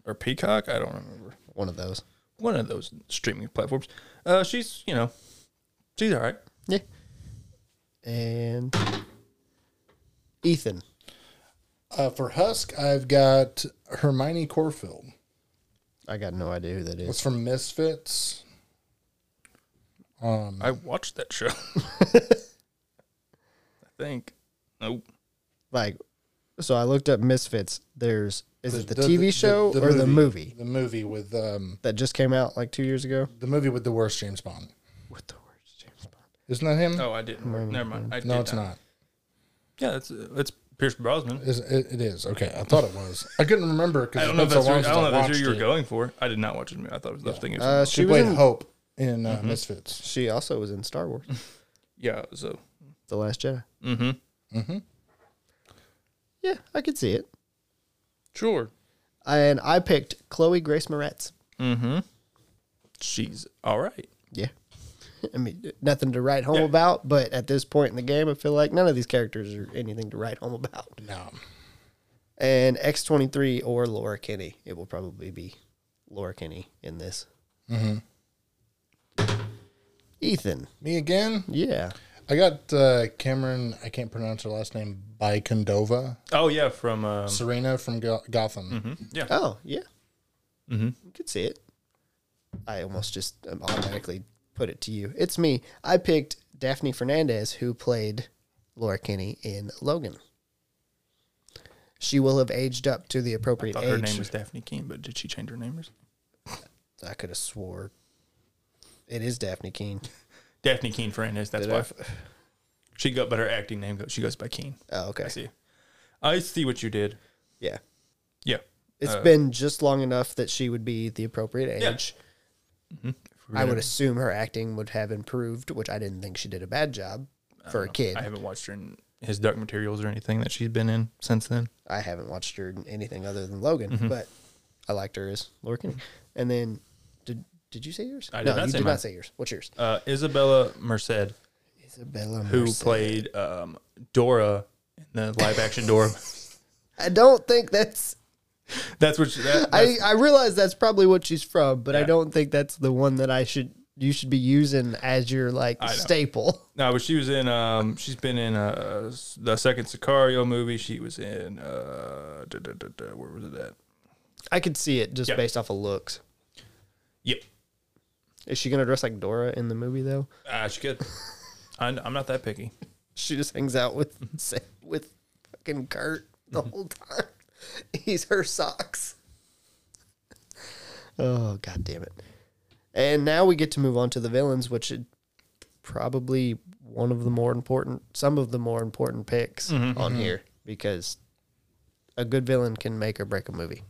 Speaker 2: or Peacock. I don't remember
Speaker 1: One of those.
Speaker 2: one of those streaming platforms. Uh, she's you know, she's all right.
Speaker 1: Yeah. And Ethan.
Speaker 3: Uh, for Husk, I've got Hermione Corfield.
Speaker 1: I got no idea who that is.
Speaker 3: It's from Misfits. Um,
Speaker 2: I watched that show. I think. Nope.
Speaker 1: Like, so I looked up Misfits. There's, is it the,
Speaker 3: the-
Speaker 1: TV
Speaker 3: the-
Speaker 1: show
Speaker 3: the
Speaker 1: or the movie
Speaker 3: the movie with um,
Speaker 1: that just came out like two years ago?
Speaker 3: the movie with the worst James Bond.
Speaker 1: What the worst James Bond?
Speaker 3: Isn't that him?
Speaker 2: Oh, I didn't. work. Never mind. I
Speaker 3: no,
Speaker 2: did
Speaker 3: it's not.
Speaker 2: Yeah, it's uh, it's Pierce Brosnan.
Speaker 3: Is it, it is okay? I thought it was. I couldn't remember because
Speaker 2: I don't know if that's who, I don't know if that's who you were going for. I did not watch it. I thought it was the thing. It was
Speaker 1: Uh,
Speaker 2: uh,
Speaker 1: she,
Speaker 3: She
Speaker 1: was
Speaker 3: played
Speaker 1: in,
Speaker 3: Hope in
Speaker 2: Mm-hmm.
Speaker 3: uh, Misfits.
Speaker 1: she also was in Star Wars,
Speaker 2: yeah. So
Speaker 1: The Last Jedi.
Speaker 2: mm-hmm.
Speaker 1: Yeah, I could see it.
Speaker 2: sure.
Speaker 1: And I picked Chloe Grace Moretz.
Speaker 2: Mm-hmm. She's all right.
Speaker 1: Yeah. (laughs) I mean, nothing to write home about, but at this point in the game, I feel like none of these characters are anything to write home about.
Speaker 3: No,
Speaker 1: And X23 or Laura Kinney. It will probably be Laura Kinney in this. Mm-hmm. Ethan.
Speaker 3: me again.
Speaker 1: Yeah.
Speaker 3: I got uh, Cameron. I can't pronounce her last name. Bikondova.
Speaker 2: Oh yeah, from um,
Speaker 3: Serena from Go- Gotham.
Speaker 2: mhm. yeah.
Speaker 1: Oh, yeah.
Speaker 2: Mm-hmm.
Speaker 1: You could see it. I almost just um, automatically put it to you. It's me. I picked Daphne Fernandez, who played Laura Kinney in Logan. She will have aged up to the appropriate
Speaker 2: Thought
Speaker 1: age.
Speaker 2: her name was Daphne Keene, but did she change her name? Or something?
Speaker 1: I could have swore it is Daphne Keene.
Speaker 2: Daphne Keene Fernandez. That's
Speaker 1: Did I
Speaker 2: why
Speaker 1: f-
Speaker 2: (laughs) she got, but her acting name goes. She goes by Keene.
Speaker 1: Oh, okay.
Speaker 2: I see. I see what you did.
Speaker 1: Yeah.
Speaker 2: Yeah.
Speaker 1: it's
Speaker 2: Uh,
Speaker 1: been just long enough that she would be the appropriate
Speaker 2: Yeah. Mm-hmm.
Speaker 1: age.
Speaker 2: We're
Speaker 1: I
Speaker 2: gonna-
Speaker 1: would assume her acting would have improved, which I didn't think she did a bad job for a kid.
Speaker 2: I haven't watched her in his dark materials or anything that she's been in since then.
Speaker 1: I haven't watched her in anything other than Logan, but I liked her as Laura Kinney. And then, did did you say yours?
Speaker 2: I did
Speaker 1: no,
Speaker 2: not
Speaker 1: you
Speaker 2: say
Speaker 1: did
Speaker 2: mine.
Speaker 1: not say yours. What's yours?
Speaker 2: Uh, Isabella Merced.
Speaker 1: Isabella,
Speaker 2: who played um, Dora in the live action
Speaker 1: (laughs)
Speaker 2: Dora.
Speaker 1: I don't think that's.
Speaker 2: that's what she, that,
Speaker 1: I
Speaker 2: that's-
Speaker 1: I realize that's probably what she's from, but I
Speaker 2: Yeah.
Speaker 1: don't think that's the one that I should you should be using as your like
Speaker 2: know.
Speaker 1: staple.
Speaker 2: no, but she was in. Um, she's been in uh, the second Sicario movie. She was in. Uh, da, da, da, da, where was it at?
Speaker 1: I could see it just
Speaker 2: Yeah.
Speaker 1: based off of looks.
Speaker 2: Yep,
Speaker 1: Is she gonna dress like Dora in the movie though?
Speaker 2: ah, she
Speaker 1: (laughs)
Speaker 2: could. I'm, I'm not that picky.
Speaker 1: She just hangs out with with fucking Kurt the whole time. (laughs) He's her socks. Oh god damn it! And now we get to move on to the villains, which is probably one of the more important, some of the more important picks on here because a good villain can make or break a movie.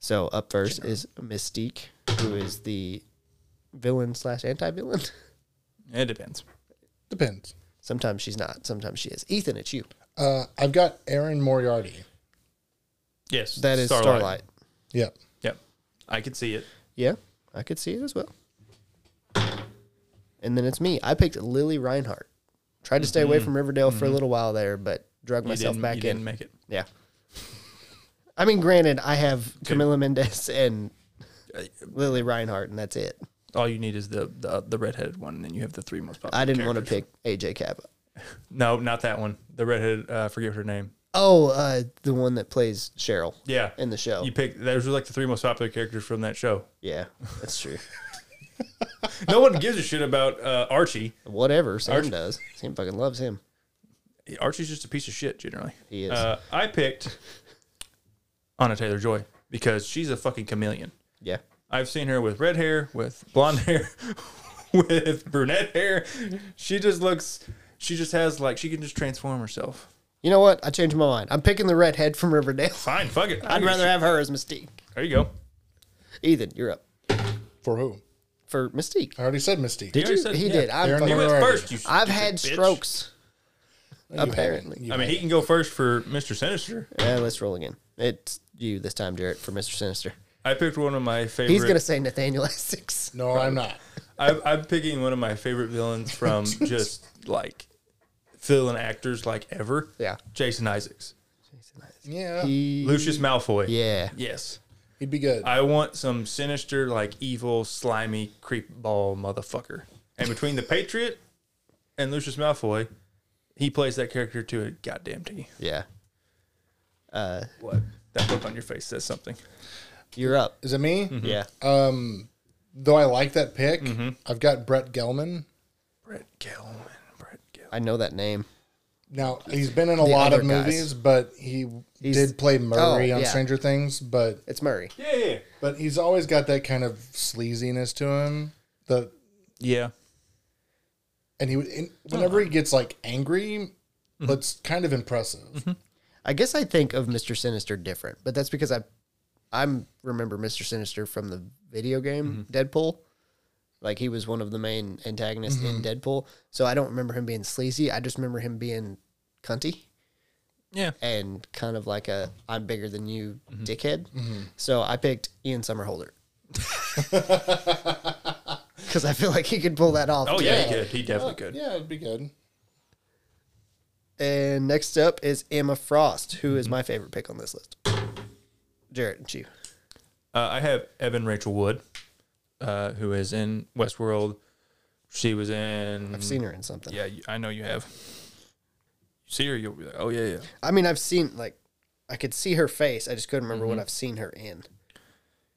Speaker 1: So up first is Mystique, who is the villain slash anti villain.
Speaker 2: It depends.
Speaker 3: Depends.
Speaker 1: (laughs) Sometimes she's not. Sometimes she is. Ethan, it's you.
Speaker 3: Uh, I've got Aaron Moriarty.
Speaker 2: Yes,
Speaker 1: That is Starlight.
Speaker 3: Yep.
Speaker 2: Yep, I could see it.
Speaker 1: Yeah, I could see it as well. And then it's me. I picked Lily Reinhardt. Tried to stay away from Riverdale for a little while there, but drug
Speaker 2: Mm-hmm. You
Speaker 1: myself
Speaker 2: didn't,
Speaker 1: back
Speaker 2: you
Speaker 1: in.
Speaker 2: didn't make it.
Speaker 1: yeah. I mean, granted, I have Camilla Mendes and
Speaker 2: Uh,
Speaker 1: Lily Reinhardt, and that's it.
Speaker 2: All you need is the the, the redheaded one, and then you have the three most popular.
Speaker 1: I didn't want to
Speaker 2: characters.
Speaker 1: pick AJ Kappa.
Speaker 2: No, not that one. The redheaded. Uh, I forget her name.
Speaker 1: Oh, uh, the one that plays Cheryl
Speaker 2: Yeah.
Speaker 1: in the show.
Speaker 2: You pick those were like the three most popular characters from that show. (laughs)
Speaker 1: yeah, that's true.
Speaker 2: No one gives a shit about uh, Archie.
Speaker 1: Whatever Sam does, Sam fucking loves him.
Speaker 2: Archie's just a piece of shit generally.
Speaker 1: He is.
Speaker 2: Uh, I picked Anna Taylor Joy because she's a fucking chameleon.
Speaker 1: Yeah,
Speaker 2: I've seen her with red hair, with blonde (laughs) hair, with brunette hair. She just looks. She just has like she can just transform herself.
Speaker 1: you know what? I changed my mind. I'm picking the redhead from Riverdale.
Speaker 2: Fine, fuck it.
Speaker 1: I'd rather have her as Mystique.
Speaker 2: There you go.
Speaker 1: Ethan, you're up
Speaker 3: For who?
Speaker 1: for Mystique.
Speaker 3: I already said Mystique.
Speaker 2: Did
Speaker 1: you? He did. I'm
Speaker 3: Aaron
Speaker 1: fucking-
Speaker 2: You went
Speaker 3: Alright.
Speaker 2: first. You
Speaker 1: I've
Speaker 2: (laughs) stupid
Speaker 1: had
Speaker 2: bitch.
Speaker 1: strokes.
Speaker 3: You had it.
Speaker 1: Apparently.
Speaker 3: You
Speaker 2: I
Speaker 3: had
Speaker 2: mean,
Speaker 3: it.
Speaker 2: he can go first for Mister Sinister.
Speaker 1: Yeah, let's roll again. It's you this time, Jarrett, for Mr. Sinister.
Speaker 2: I picked one of my favorite.
Speaker 1: He's gonna say Nathaniel (laughs) Essex.
Speaker 3: no, I'm not.
Speaker 2: I, I'm picking one of my favorite villains
Speaker 1: (laughs)
Speaker 2: from just like villain actors like ever.
Speaker 1: Yeah.
Speaker 2: Jason Isaacs,
Speaker 3: Yeah,
Speaker 1: He,
Speaker 2: Lucius Malfoy.
Speaker 1: yeah,
Speaker 2: Yes.
Speaker 3: he'd be good.
Speaker 2: I want some sinister, like evil, slimy, creepball motherfucker. And between the Patriot and Lucius Malfoy, he plays that character to a goddamn T.
Speaker 1: yeah.
Speaker 2: What? That look on your face says something.
Speaker 1: You're up.
Speaker 3: Is it me?
Speaker 2: Mm-hmm.
Speaker 1: Yeah.
Speaker 3: Um, though I like that pick, I've got Brett Gelman.
Speaker 2: Brett Gelman. Brett Gelman.
Speaker 1: I know that name.
Speaker 3: Now he's been in a lot
Speaker 1: other
Speaker 3: of
Speaker 1: guys.
Speaker 3: movies, but he
Speaker 1: He's-
Speaker 3: did play Murray
Speaker 1: Oh,
Speaker 3: on
Speaker 1: yeah.
Speaker 3: Stranger Things. But
Speaker 1: It's Murray.
Speaker 2: Yeah, yeah.
Speaker 3: but he's always got that kind of sleaziness to him. The
Speaker 2: Yeah.
Speaker 3: and he would- and whenever he gets like angry, that's kind of impressive.
Speaker 1: I guess I think of Mr. Sinister different, but that's because I I'm remember Mr. Sinister from the video game
Speaker 2: Mm-hmm.
Speaker 1: Deadpool. Like he was one of the main antagonists
Speaker 2: Mm-hmm.
Speaker 1: in Deadpool. So I don't remember him being sleazy. I just remember him being cunty
Speaker 2: Yeah.
Speaker 1: and kind of like a I'm bigger than you
Speaker 2: Mm-hmm.
Speaker 1: dickhead. So I picked Ian
Speaker 2: (laughs)
Speaker 1: Somerhalder. (laughs) Cuz I feel like he could pull that off.
Speaker 2: Oh,
Speaker 1: too.
Speaker 2: yeah, he could. He definitely could.
Speaker 3: Yeah, it'd be good.
Speaker 1: And next up is Emma Frost, who
Speaker 2: Mm-hmm.
Speaker 1: is my favorite pick on this list. Jarrett, it's you.
Speaker 2: Uh, I have Evan Rachel Wood, uh, who is in Westworld. She was in.
Speaker 1: I've seen her in something.
Speaker 2: Mm. Yeah, you- I know you have. You see her, you'll be like, oh yeah, yeah.
Speaker 1: I mean, I've seen like I could see her face. I just couldn't remember
Speaker 2: Mm-hmm.
Speaker 1: what I've seen her in.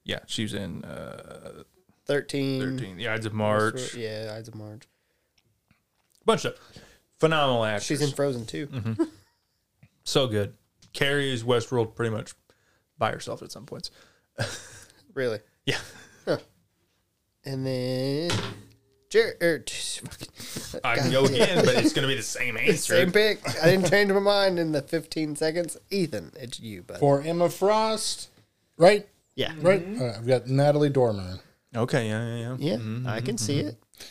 Speaker 2: Yeah, she was in uh,
Speaker 1: Thirteen.
Speaker 2: 13, The Ides of March,
Speaker 1: Sort- Yeah, Eyes of March.
Speaker 2: bunch of phenomenal actors.
Speaker 1: She's in Frozen too.
Speaker 2: Mm-hmm. so good. Carries Westworld pretty much by herself at some points.
Speaker 1: Really.
Speaker 2: Yeah,
Speaker 1: And then Jared, er, (laughs) t-
Speaker 2: I can go again, but it's gonna be the same answer.
Speaker 1: same pick. I
Speaker 2: (laughs)
Speaker 1: didn't change my mind in the 15 seconds. Ethan, it's you, bud.
Speaker 3: For Emma Frost, right?
Speaker 1: Yeah.
Speaker 3: Right. Uh, I've got Natalie Dormer.
Speaker 2: Okay, yeah, yeah, yeah.
Speaker 1: Yeah, I can see it.
Speaker 2: Mm-hmm.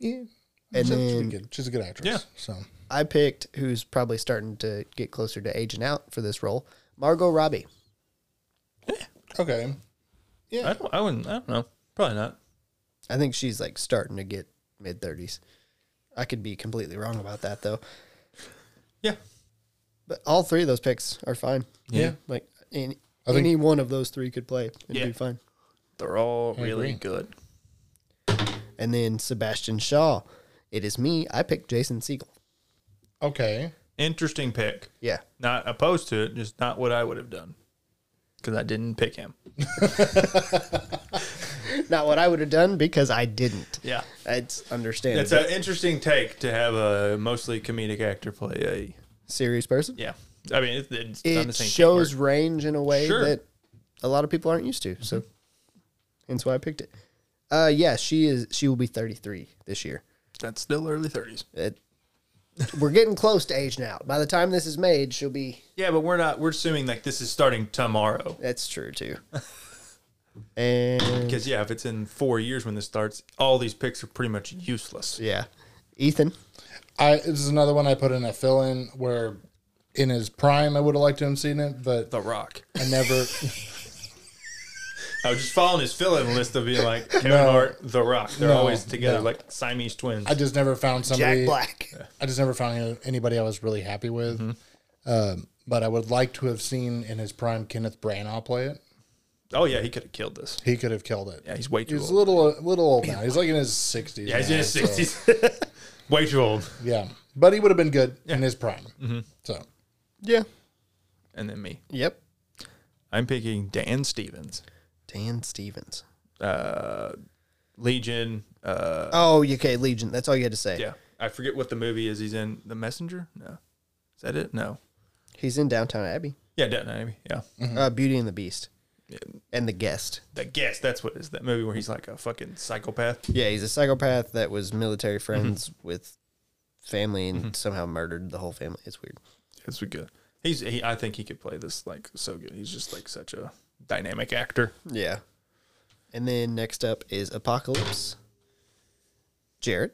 Speaker 3: Yeah,
Speaker 1: And
Speaker 3: she's,
Speaker 1: then
Speaker 3: pretty good. she's a good actress.
Speaker 2: Yeah.
Speaker 3: So
Speaker 1: I picked who's probably starting to get closer to aging out for this role, Margot Robbie.
Speaker 3: okay.
Speaker 2: I don't, I wouldn't, I don't know, probably not.
Speaker 1: I think she's like starting to get mid 30s. I could be completely wrong about that though.
Speaker 2: Yeah,
Speaker 1: But all three of those picks are fine.
Speaker 2: yeah,
Speaker 1: Like any,
Speaker 3: I think-
Speaker 1: any one of those three could play and
Speaker 2: Yeah.
Speaker 1: be fine.
Speaker 2: they're all really
Speaker 3: agree.
Speaker 2: good.
Speaker 1: And then Sebastian Shaw. It is me. I picked Jason Siegel.
Speaker 3: Okay.
Speaker 2: Interesting pick.
Speaker 1: Yeah.
Speaker 2: Not opposed to it, just not what I would have done because I didn't pick him.
Speaker 1: Not what I would have done because I didn't.
Speaker 2: Yeah.
Speaker 1: It's understandable.
Speaker 2: It's an interesting take to have a mostly comedic actor play a.
Speaker 1: serious person.
Speaker 2: Yeah, I mean, it, it's not
Speaker 1: It
Speaker 2: the same
Speaker 1: shows range in a way
Speaker 2: Sure. Mm-hmm.
Speaker 1: that a lot of people aren't used to. So hence why I picked it. Uh yeah, she is she will be 33 this year.
Speaker 2: That's still early thirties.
Speaker 1: It, we're getting close to age now. By the time this is made, she'll be.
Speaker 2: Yeah, but we're not. We're assuming like this is starting tomorrow.
Speaker 1: That's true too. (laughs) And
Speaker 2: Because yeah, if it's in four years when this starts, all these picks are pretty much useless.
Speaker 1: yeah, Ethan.
Speaker 3: I this is another one I put in a fill in where in his prime I would have liked to have seen it, but
Speaker 2: The Rock.
Speaker 3: I never
Speaker 2: (laughs) I was just following his fill-in list of being like Kevin
Speaker 3: No.
Speaker 2: Hart, The Rock. They're
Speaker 3: No,
Speaker 2: always together
Speaker 3: no.
Speaker 2: like Siamese twins.
Speaker 3: I just never found somebody
Speaker 1: Black.
Speaker 3: I just never found anybody I was really happy with.
Speaker 2: Mm-hmm.
Speaker 3: Um, but I would like to have seen in his prime Kenneth Branagh play it.
Speaker 2: oh yeah, he could have killed this.
Speaker 3: He could have killed it.
Speaker 2: Yeah, he's way too
Speaker 3: He's a
Speaker 2: old.
Speaker 3: little little old now. He's like in his sixties.
Speaker 2: Yeah, he's in his sixties. (laughs) way too old. Mm-hmm.
Speaker 3: Yeah, but he would have been good in his prime. So
Speaker 1: Yeah.
Speaker 2: and then me.
Speaker 1: Yep.
Speaker 2: I'm picking Dan Stevens,
Speaker 1: Dan Stevens.
Speaker 2: uh, Legion. Uh,
Speaker 1: Oh, okay, Legion. That's all you had to say.
Speaker 2: yeah, I forget what the movie is. He's in The Messenger. No, is that it? No.
Speaker 1: He's in Downtown Abbey.
Speaker 2: Yeah, Downton Abbey. (laughs) Yeah,
Speaker 1: Uh, Beauty and the Beast.
Speaker 2: Mm-hmm. Yeah.
Speaker 1: And the guest.
Speaker 2: The Guest. That's what it is. That movie where he's like a fucking psychopath.
Speaker 1: Yeah, he's a psychopath that was military friends
Speaker 2: Mm-hmm.
Speaker 1: with family and somehow murdered the whole family. It's weird.
Speaker 2: That's what good. He's. He, I think he could play this like so good. He's just like such a dynamic actor.
Speaker 1: Yeah. And then next up is Apocalypse. Jared.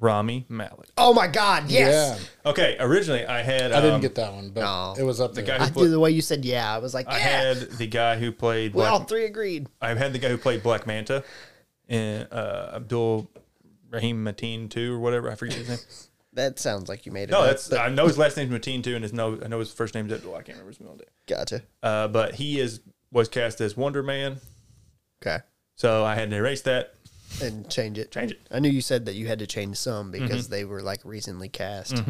Speaker 2: Rami Malek.
Speaker 1: Oh my God! Yes.
Speaker 3: Yeah.
Speaker 2: Okay, originally I had.
Speaker 3: I didn't
Speaker 2: um,
Speaker 3: get that one, but
Speaker 1: no.
Speaker 3: it was up
Speaker 2: the
Speaker 3: there.
Speaker 2: guy
Speaker 1: I do
Speaker 2: who played.
Speaker 1: the way you said yeah. I was like,
Speaker 2: I
Speaker 1: yeah.
Speaker 2: had the guy who played.
Speaker 1: we
Speaker 2: Black-
Speaker 1: all three agreed.
Speaker 2: I've had the guy who played Black Manta and uh, Abdul Rahim Mateen too or whatever. I forget his name.
Speaker 1: That sounds like you made it.
Speaker 2: No,
Speaker 1: up,
Speaker 2: that's
Speaker 1: but
Speaker 2: I know his last name's Mateen too, and his no I know his first name's Abdul. I can't remember his middle name.
Speaker 1: gotcha.
Speaker 2: Uh, but he is was cast as Wonder Man,
Speaker 1: Okay,
Speaker 2: so I had to erase that.
Speaker 1: and change it.
Speaker 2: Change it. Mm-hmm.
Speaker 1: I knew you said that you had to change some because they were like recently cast.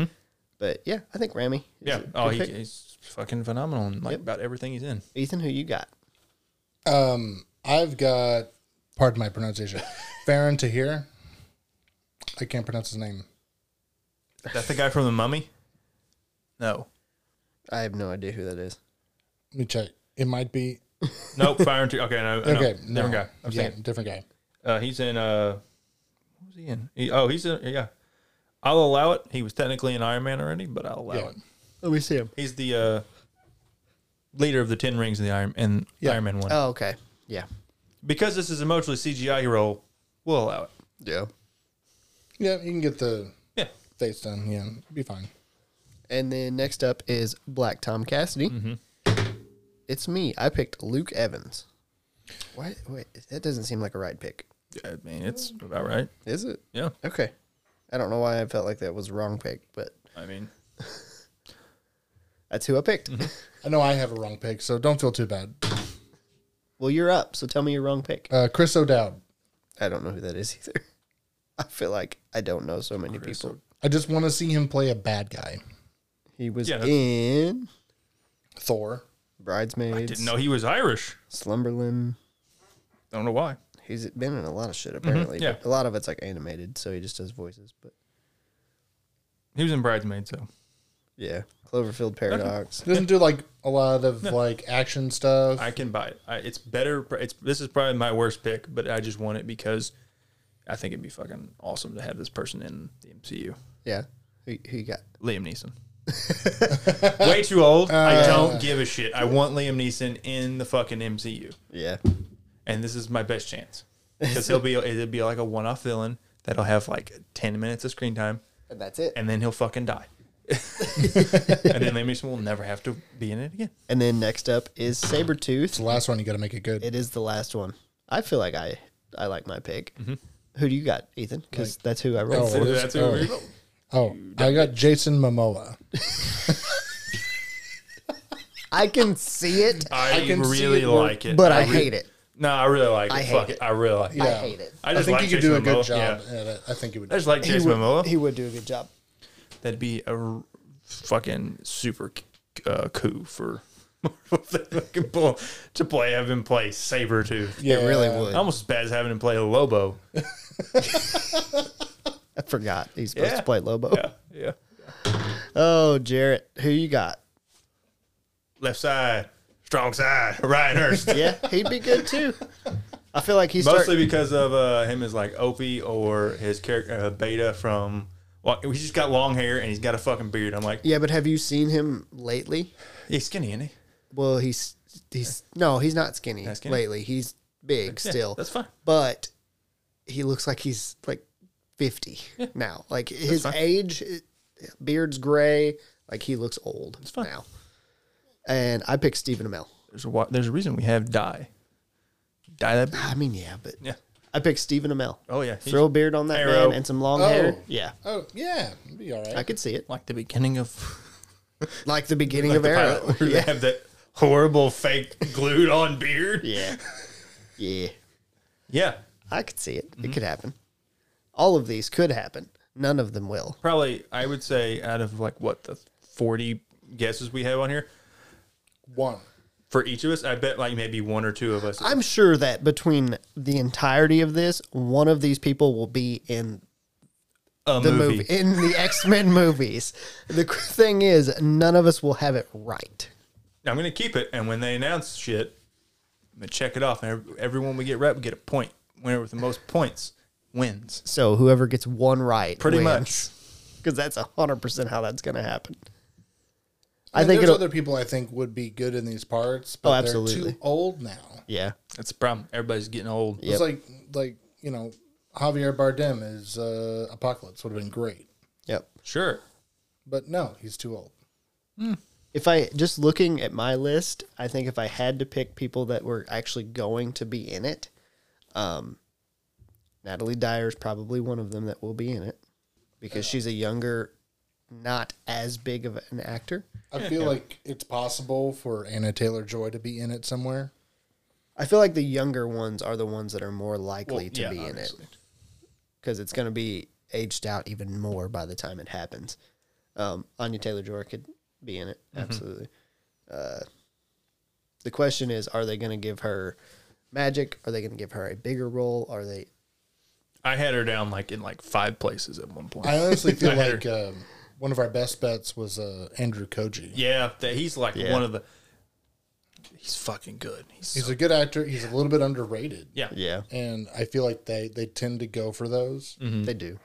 Speaker 1: But yeah, I think Rami. is
Speaker 2: Yeah.
Speaker 1: a good
Speaker 2: Oh, he,
Speaker 1: pick.
Speaker 2: he's fucking phenomenal in like
Speaker 1: Yep.
Speaker 2: about everything he's in.
Speaker 1: Ethan, who you got?
Speaker 3: Um, I've got, pardon my
Speaker 2: (laughs)
Speaker 3: pronunciation, Farron Tahir. I can't pronounce his name.
Speaker 2: That's the guy from the Mummy. No,
Speaker 1: I have no idea who that is.
Speaker 3: Let me check. It might be.
Speaker 2: nope. Fire into okay. No, no,
Speaker 3: Okay.
Speaker 2: different
Speaker 3: no.
Speaker 2: guy. I'm
Speaker 3: yeah,
Speaker 2: saying
Speaker 3: different guy.
Speaker 2: Uh, he's in. Uh, what was he in? He, oh, he's in. Yeah, I'll allow it. He was technically an Iron Man already, but I'll allow
Speaker 3: Yeah.
Speaker 2: it.
Speaker 1: Let me see him.
Speaker 2: He's the uh, leader of the Ten Rings in the Iron in
Speaker 3: Yeah.
Speaker 2: Iron Man one.
Speaker 1: Oh, okay. Yeah.
Speaker 2: because this is emotionally CGI role, we'll allow it.
Speaker 1: Yeah.
Speaker 3: Yeah, you can get the
Speaker 2: Yeah,
Speaker 3: face done. Yeah, be fine.
Speaker 1: And then next up is Black Tom Cassidy.
Speaker 2: Mm-hmm.
Speaker 1: It's me. I picked Luke Evans. What? Wait, that doesn't seem like a right pick.
Speaker 2: I mean it's about right.
Speaker 1: Is it?
Speaker 2: Yeah,
Speaker 1: Okay. I don't know why I felt like that was the wrong pick, but
Speaker 2: I mean
Speaker 1: that's who I picked.
Speaker 2: Mm-hmm.
Speaker 3: I know I have a wrong pick, so don't feel too bad.
Speaker 1: well, you're up, so tell me your wrong pick.
Speaker 3: Uh, Chris O'Dowd.
Speaker 1: I don't know who that is either. (laughs) I feel like I don't know so many people.
Speaker 3: I just want to see him play a bad guy.
Speaker 1: He was
Speaker 2: Yeah, that's-
Speaker 1: in
Speaker 3: Thor.
Speaker 1: Bridesmaids,
Speaker 2: didn't know he was Irish.
Speaker 1: Slumberland.
Speaker 2: I don't know why.
Speaker 1: He's been in a lot of shit apparently.
Speaker 2: Mm-hmm, yeah.
Speaker 1: but A lot of it's like animated, so he just does voices, but
Speaker 2: He was in Bridesmaid, so
Speaker 1: yeah. Cloverfield Paradox.
Speaker 3: He doesn't do like a lot
Speaker 2: (laughs)
Speaker 3: of like action stuff.
Speaker 2: I can buy it. I, it's better. It's this is probably my worst pick, but I just want it because I think it'd be fucking awesome to have this person in the MCU.
Speaker 1: Yeah. Who, who you got?
Speaker 2: Liam Neeson.
Speaker 3: (laughs)
Speaker 2: Way too old.
Speaker 3: Uh,
Speaker 2: I don't give a shit. I want Liam Neeson in the fucking MCU,
Speaker 1: Yeah.
Speaker 2: and this is my best
Speaker 3: (laughs)
Speaker 2: chance because he'll be it'll be like a one-off villain that'll have like ten minutes of screen time,
Speaker 1: And that's it.
Speaker 2: and then he'll fucking
Speaker 3: (laughs)
Speaker 2: die. and then Liam Neeson will never have to be in it again.
Speaker 1: And then next up is
Speaker 3: It's
Speaker 1: Sabretooth.
Speaker 3: the last one. You got to make it good.
Speaker 1: It is the last one. I feel like I I like my pick. Who do you got, Ethan? Because that's who I rolled for.
Speaker 3: Oh, it is?
Speaker 2: Mm-hmm. That's who we
Speaker 3: Oh. oh, I got Jason Momoa.
Speaker 1: I can see it,
Speaker 2: (laughs) I,
Speaker 3: I can see
Speaker 2: really
Speaker 3: it work,
Speaker 2: like it,
Speaker 1: but I,
Speaker 2: re-
Speaker 1: hate it.
Speaker 2: No, I really like it.
Speaker 1: I hate
Speaker 2: Fuck
Speaker 1: it.
Speaker 2: it. I really like
Speaker 1: I
Speaker 2: it.
Speaker 3: Yeah.
Speaker 1: hate it.
Speaker 2: I
Speaker 3: I,
Speaker 2: just
Speaker 3: think
Speaker 2: like
Speaker 3: you could
Speaker 2: Jason
Speaker 3: do a good
Speaker 2: Momoa,
Speaker 3: job
Speaker 2: yeah.
Speaker 3: at it. I think you would.
Speaker 2: I just like
Speaker 1: He
Speaker 2: Jason
Speaker 1: would-
Speaker 2: Momoa.
Speaker 1: He would do a good job.
Speaker 2: That'd be a r- fucking super uh, coup for (laughs) Marvel to fucking pull- to play have him play Sabretooth.
Speaker 3: yeah,
Speaker 1: It really would.
Speaker 2: Almost as bad as having him play Lobo.
Speaker 1: I forgot he's supposed
Speaker 2: Yeah.
Speaker 1: to play Lobo.
Speaker 2: Yeah, yeah.
Speaker 1: Oh, Jarrett, who you got?
Speaker 2: Left side, strong side, Ryan Hurst.
Speaker 1: Yeah, he'd be good too. (laughs) I feel like he's
Speaker 2: Mostly because of uh, him as like Opie or his character uh, Beta from. Well, he's just got long hair and he's got a fucking beard. I'm like,
Speaker 1: yeah, but have you seen him lately?
Speaker 2: he's skinny, isn't he?
Speaker 1: Well, he's he's no, he's not skinny,
Speaker 2: Not skinny?
Speaker 1: lately. He's big
Speaker 2: Yeah,
Speaker 1: still.
Speaker 2: that's fine.
Speaker 1: but he looks like he's like 50 now. Like his age, it- beard's gray. Like he looks old
Speaker 2: fine.
Speaker 1: now. And I picked Stephen Amell.
Speaker 2: There's a wa- there's a reason we have dye. Dye that.
Speaker 1: I mean, yeah, but
Speaker 2: Yeah.
Speaker 1: I picked Stephen Amell.
Speaker 2: Oh yeah. He's
Speaker 1: Throw a beard on that
Speaker 2: Arrow.
Speaker 1: man and some long
Speaker 3: Oh.
Speaker 1: hair. Yeah,
Speaker 3: Oh yeah, it'd be all right.
Speaker 1: I could see it.
Speaker 2: like the beginning of
Speaker 1: Like the beginning
Speaker 2: like
Speaker 1: of
Speaker 2: the
Speaker 1: Arrow. (laughs)
Speaker 2: pilot where
Speaker 1: yeah.
Speaker 2: they have that horrible fake glued on beard.
Speaker 1: yeah. Yeah.
Speaker 2: Yeah.
Speaker 1: I could see it.
Speaker 2: Mm-hmm.
Speaker 1: It could happen. All of these could happen. None of them will.
Speaker 2: Probably I would say out of like what the 40 guesses we have on here
Speaker 3: One.
Speaker 2: for each of us. I bet like maybe one or two of us.
Speaker 1: I'm sure that between the entirety of this, one of these people will be in
Speaker 2: a
Speaker 1: the
Speaker 2: movie.
Speaker 1: movie, in
Speaker 2: (laughs)
Speaker 1: the X Men movies. The cr- thing is, none of us will have it right.
Speaker 2: I'm gonna keep it, and when they announce shit, I'm gonna check it off. And every- everyone we get right, we get a point. Winner with the most points wins.
Speaker 1: So whoever gets one right,
Speaker 2: Pretty
Speaker 1: because that's hundred percent how that's going to happen.
Speaker 3: I,
Speaker 1: I think
Speaker 3: there's
Speaker 1: it'll.
Speaker 3: other people I think would be good in these parts, but
Speaker 1: Oh,
Speaker 3: they're
Speaker 1: absolutely.
Speaker 3: too old now.
Speaker 1: yeah,
Speaker 2: much. That's the problem. Everybody's getting old.
Speaker 1: Yep.
Speaker 3: It's like like you know Javier Bardem is uh, Apocalypse would have been great,
Speaker 1: yep.
Speaker 2: Sure.
Speaker 3: but no, he's too old.
Speaker 1: If I just looking at my list, I think if I had to pick people that were actually going to be in it, um, Natalie Dyer is probably one of them that will be in it because she's a younger, not as big of an actor.
Speaker 3: I feel like it's possible for Anna Taylor Joy to be in it somewhere.
Speaker 1: I feel like the younger ones are the ones that are more likely
Speaker 2: Well,
Speaker 1: to
Speaker 2: yeah,
Speaker 1: be in
Speaker 2: obviously.
Speaker 1: it because it's going to be aged out even more by the time it happens. Um, Anya Taylor Joy could be in it absolutely. Uh, the question is, are they going to give her magic? Are they going to give her a bigger role? Are they?
Speaker 2: I had her down like in like five places at one point.
Speaker 3: I honestly
Speaker 2: (laughs)
Speaker 3: feel
Speaker 2: I had
Speaker 3: like um, one of our best bets was uh, Andrew Koji.
Speaker 2: yeah, that he's like
Speaker 1: Yeah.
Speaker 2: one of the. He's fucking good. He's,
Speaker 3: He's
Speaker 2: so-
Speaker 3: a good actor. He's a little bit underrated.
Speaker 2: yeah,
Speaker 1: Yeah,
Speaker 3: And I feel like they, they tend to go for those.
Speaker 2: Mm-hmm.
Speaker 1: they do,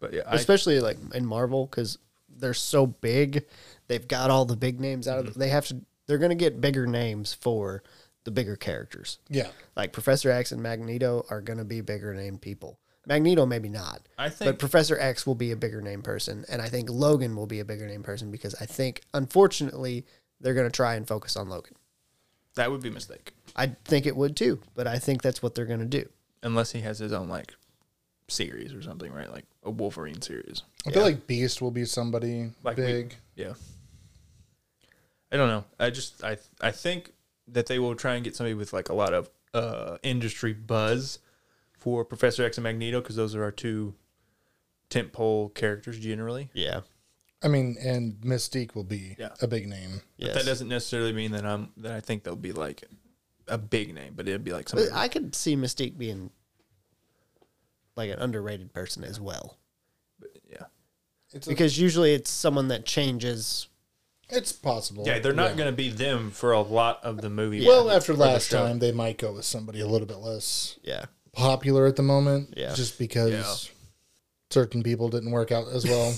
Speaker 2: but yeah, I,
Speaker 1: especially like in Marvel because they're so big. They've got all the big names out of. They have to. They're going to get bigger names for the bigger characters.
Speaker 3: Yeah.
Speaker 1: Like Professor X and Magneto are going to be bigger name people. Magneto maybe not.
Speaker 2: I
Speaker 1: but
Speaker 2: think-
Speaker 1: Professor X will be a bigger name person and I think Logan will be a bigger name person because I think unfortunately they're going to try and focus on Logan.
Speaker 2: that would be a mistake
Speaker 1: I think it would too, but I think that's what they're going to do.
Speaker 2: unless he has his own like series or something, right? Like a Wolverine series.
Speaker 3: I feel like Beast will be somebody
Speaker 2: Like we-
Speaker 3: big.
Speaker 2: Yeah. I don't know. I just I I think that they will try and get somebody with like a lot of uh, industry buzz for Professor X and Magneto because those are our two tentpole characters generally.
Speaker 1: Yeah.
Speaker 3: I mean, and Mystique will be
Speaker 2: Yeah.
Speaker 3: a big name.
Speaker 2: But that doesn't necessarily mean that I'm that I think they'll be like a big name, but it'd be like somebody.
Speaker 1: But I could see Mystique being like an underrated person as well.
Speaker 2: yeah.
Speaker 3: It's, a,
Speaker 1: Because usually it's someone that changes
Speaker 3: it's possible.
Speaker 2: Yeah, they're not going to be them for a lot of the movie.
Speaker 3: Well, uh, after
Speaker 2: or the
Speaker 3: last
Speaker 2: show.
Speaker 3: time, they might go with somebody a little bit less
Speaker 1: yeah.
Speaker 3: popular at the moment.
Speaker 1: Yeah.
Speaker 3: Just because
Speaker 2: Yeah.
Speaker 3: certain people didn't work out
Speaker 2: (laughs)
Speaker 3: as well.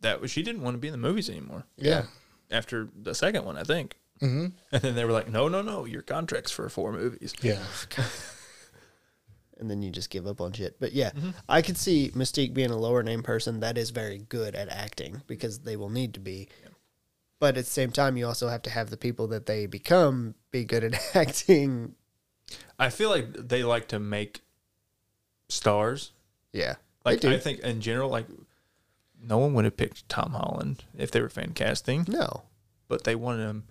Speaker 2: that was she didn't want to be in the movies anymore
Speaker 3: yeah.
Speaker 2: after the second one, I think. Mm-hmm. And then they were like, "No, no, no, your contract's for four movies."
Speaker 3: Yeah.
Speaker 1: and then you just give up on shit. But yeah,
Speaker 2: Mm-hmm.
Speaker 1: I could see Mystique being a lower name person that is very good at acting because they will need to be. But at the same time, you also have to have the people that they become be good at (laughs) acting.
Speaker 2: I feel like they like to make stars.
Speaker 1: Yeah,
Speaker 2: Like
Speaker 1: they do.
Speaker 2: I think in general, like no one would have picked Tom Holland if they were fan casting,
Speaker 1: no,
Speaker 2: but they wanted him.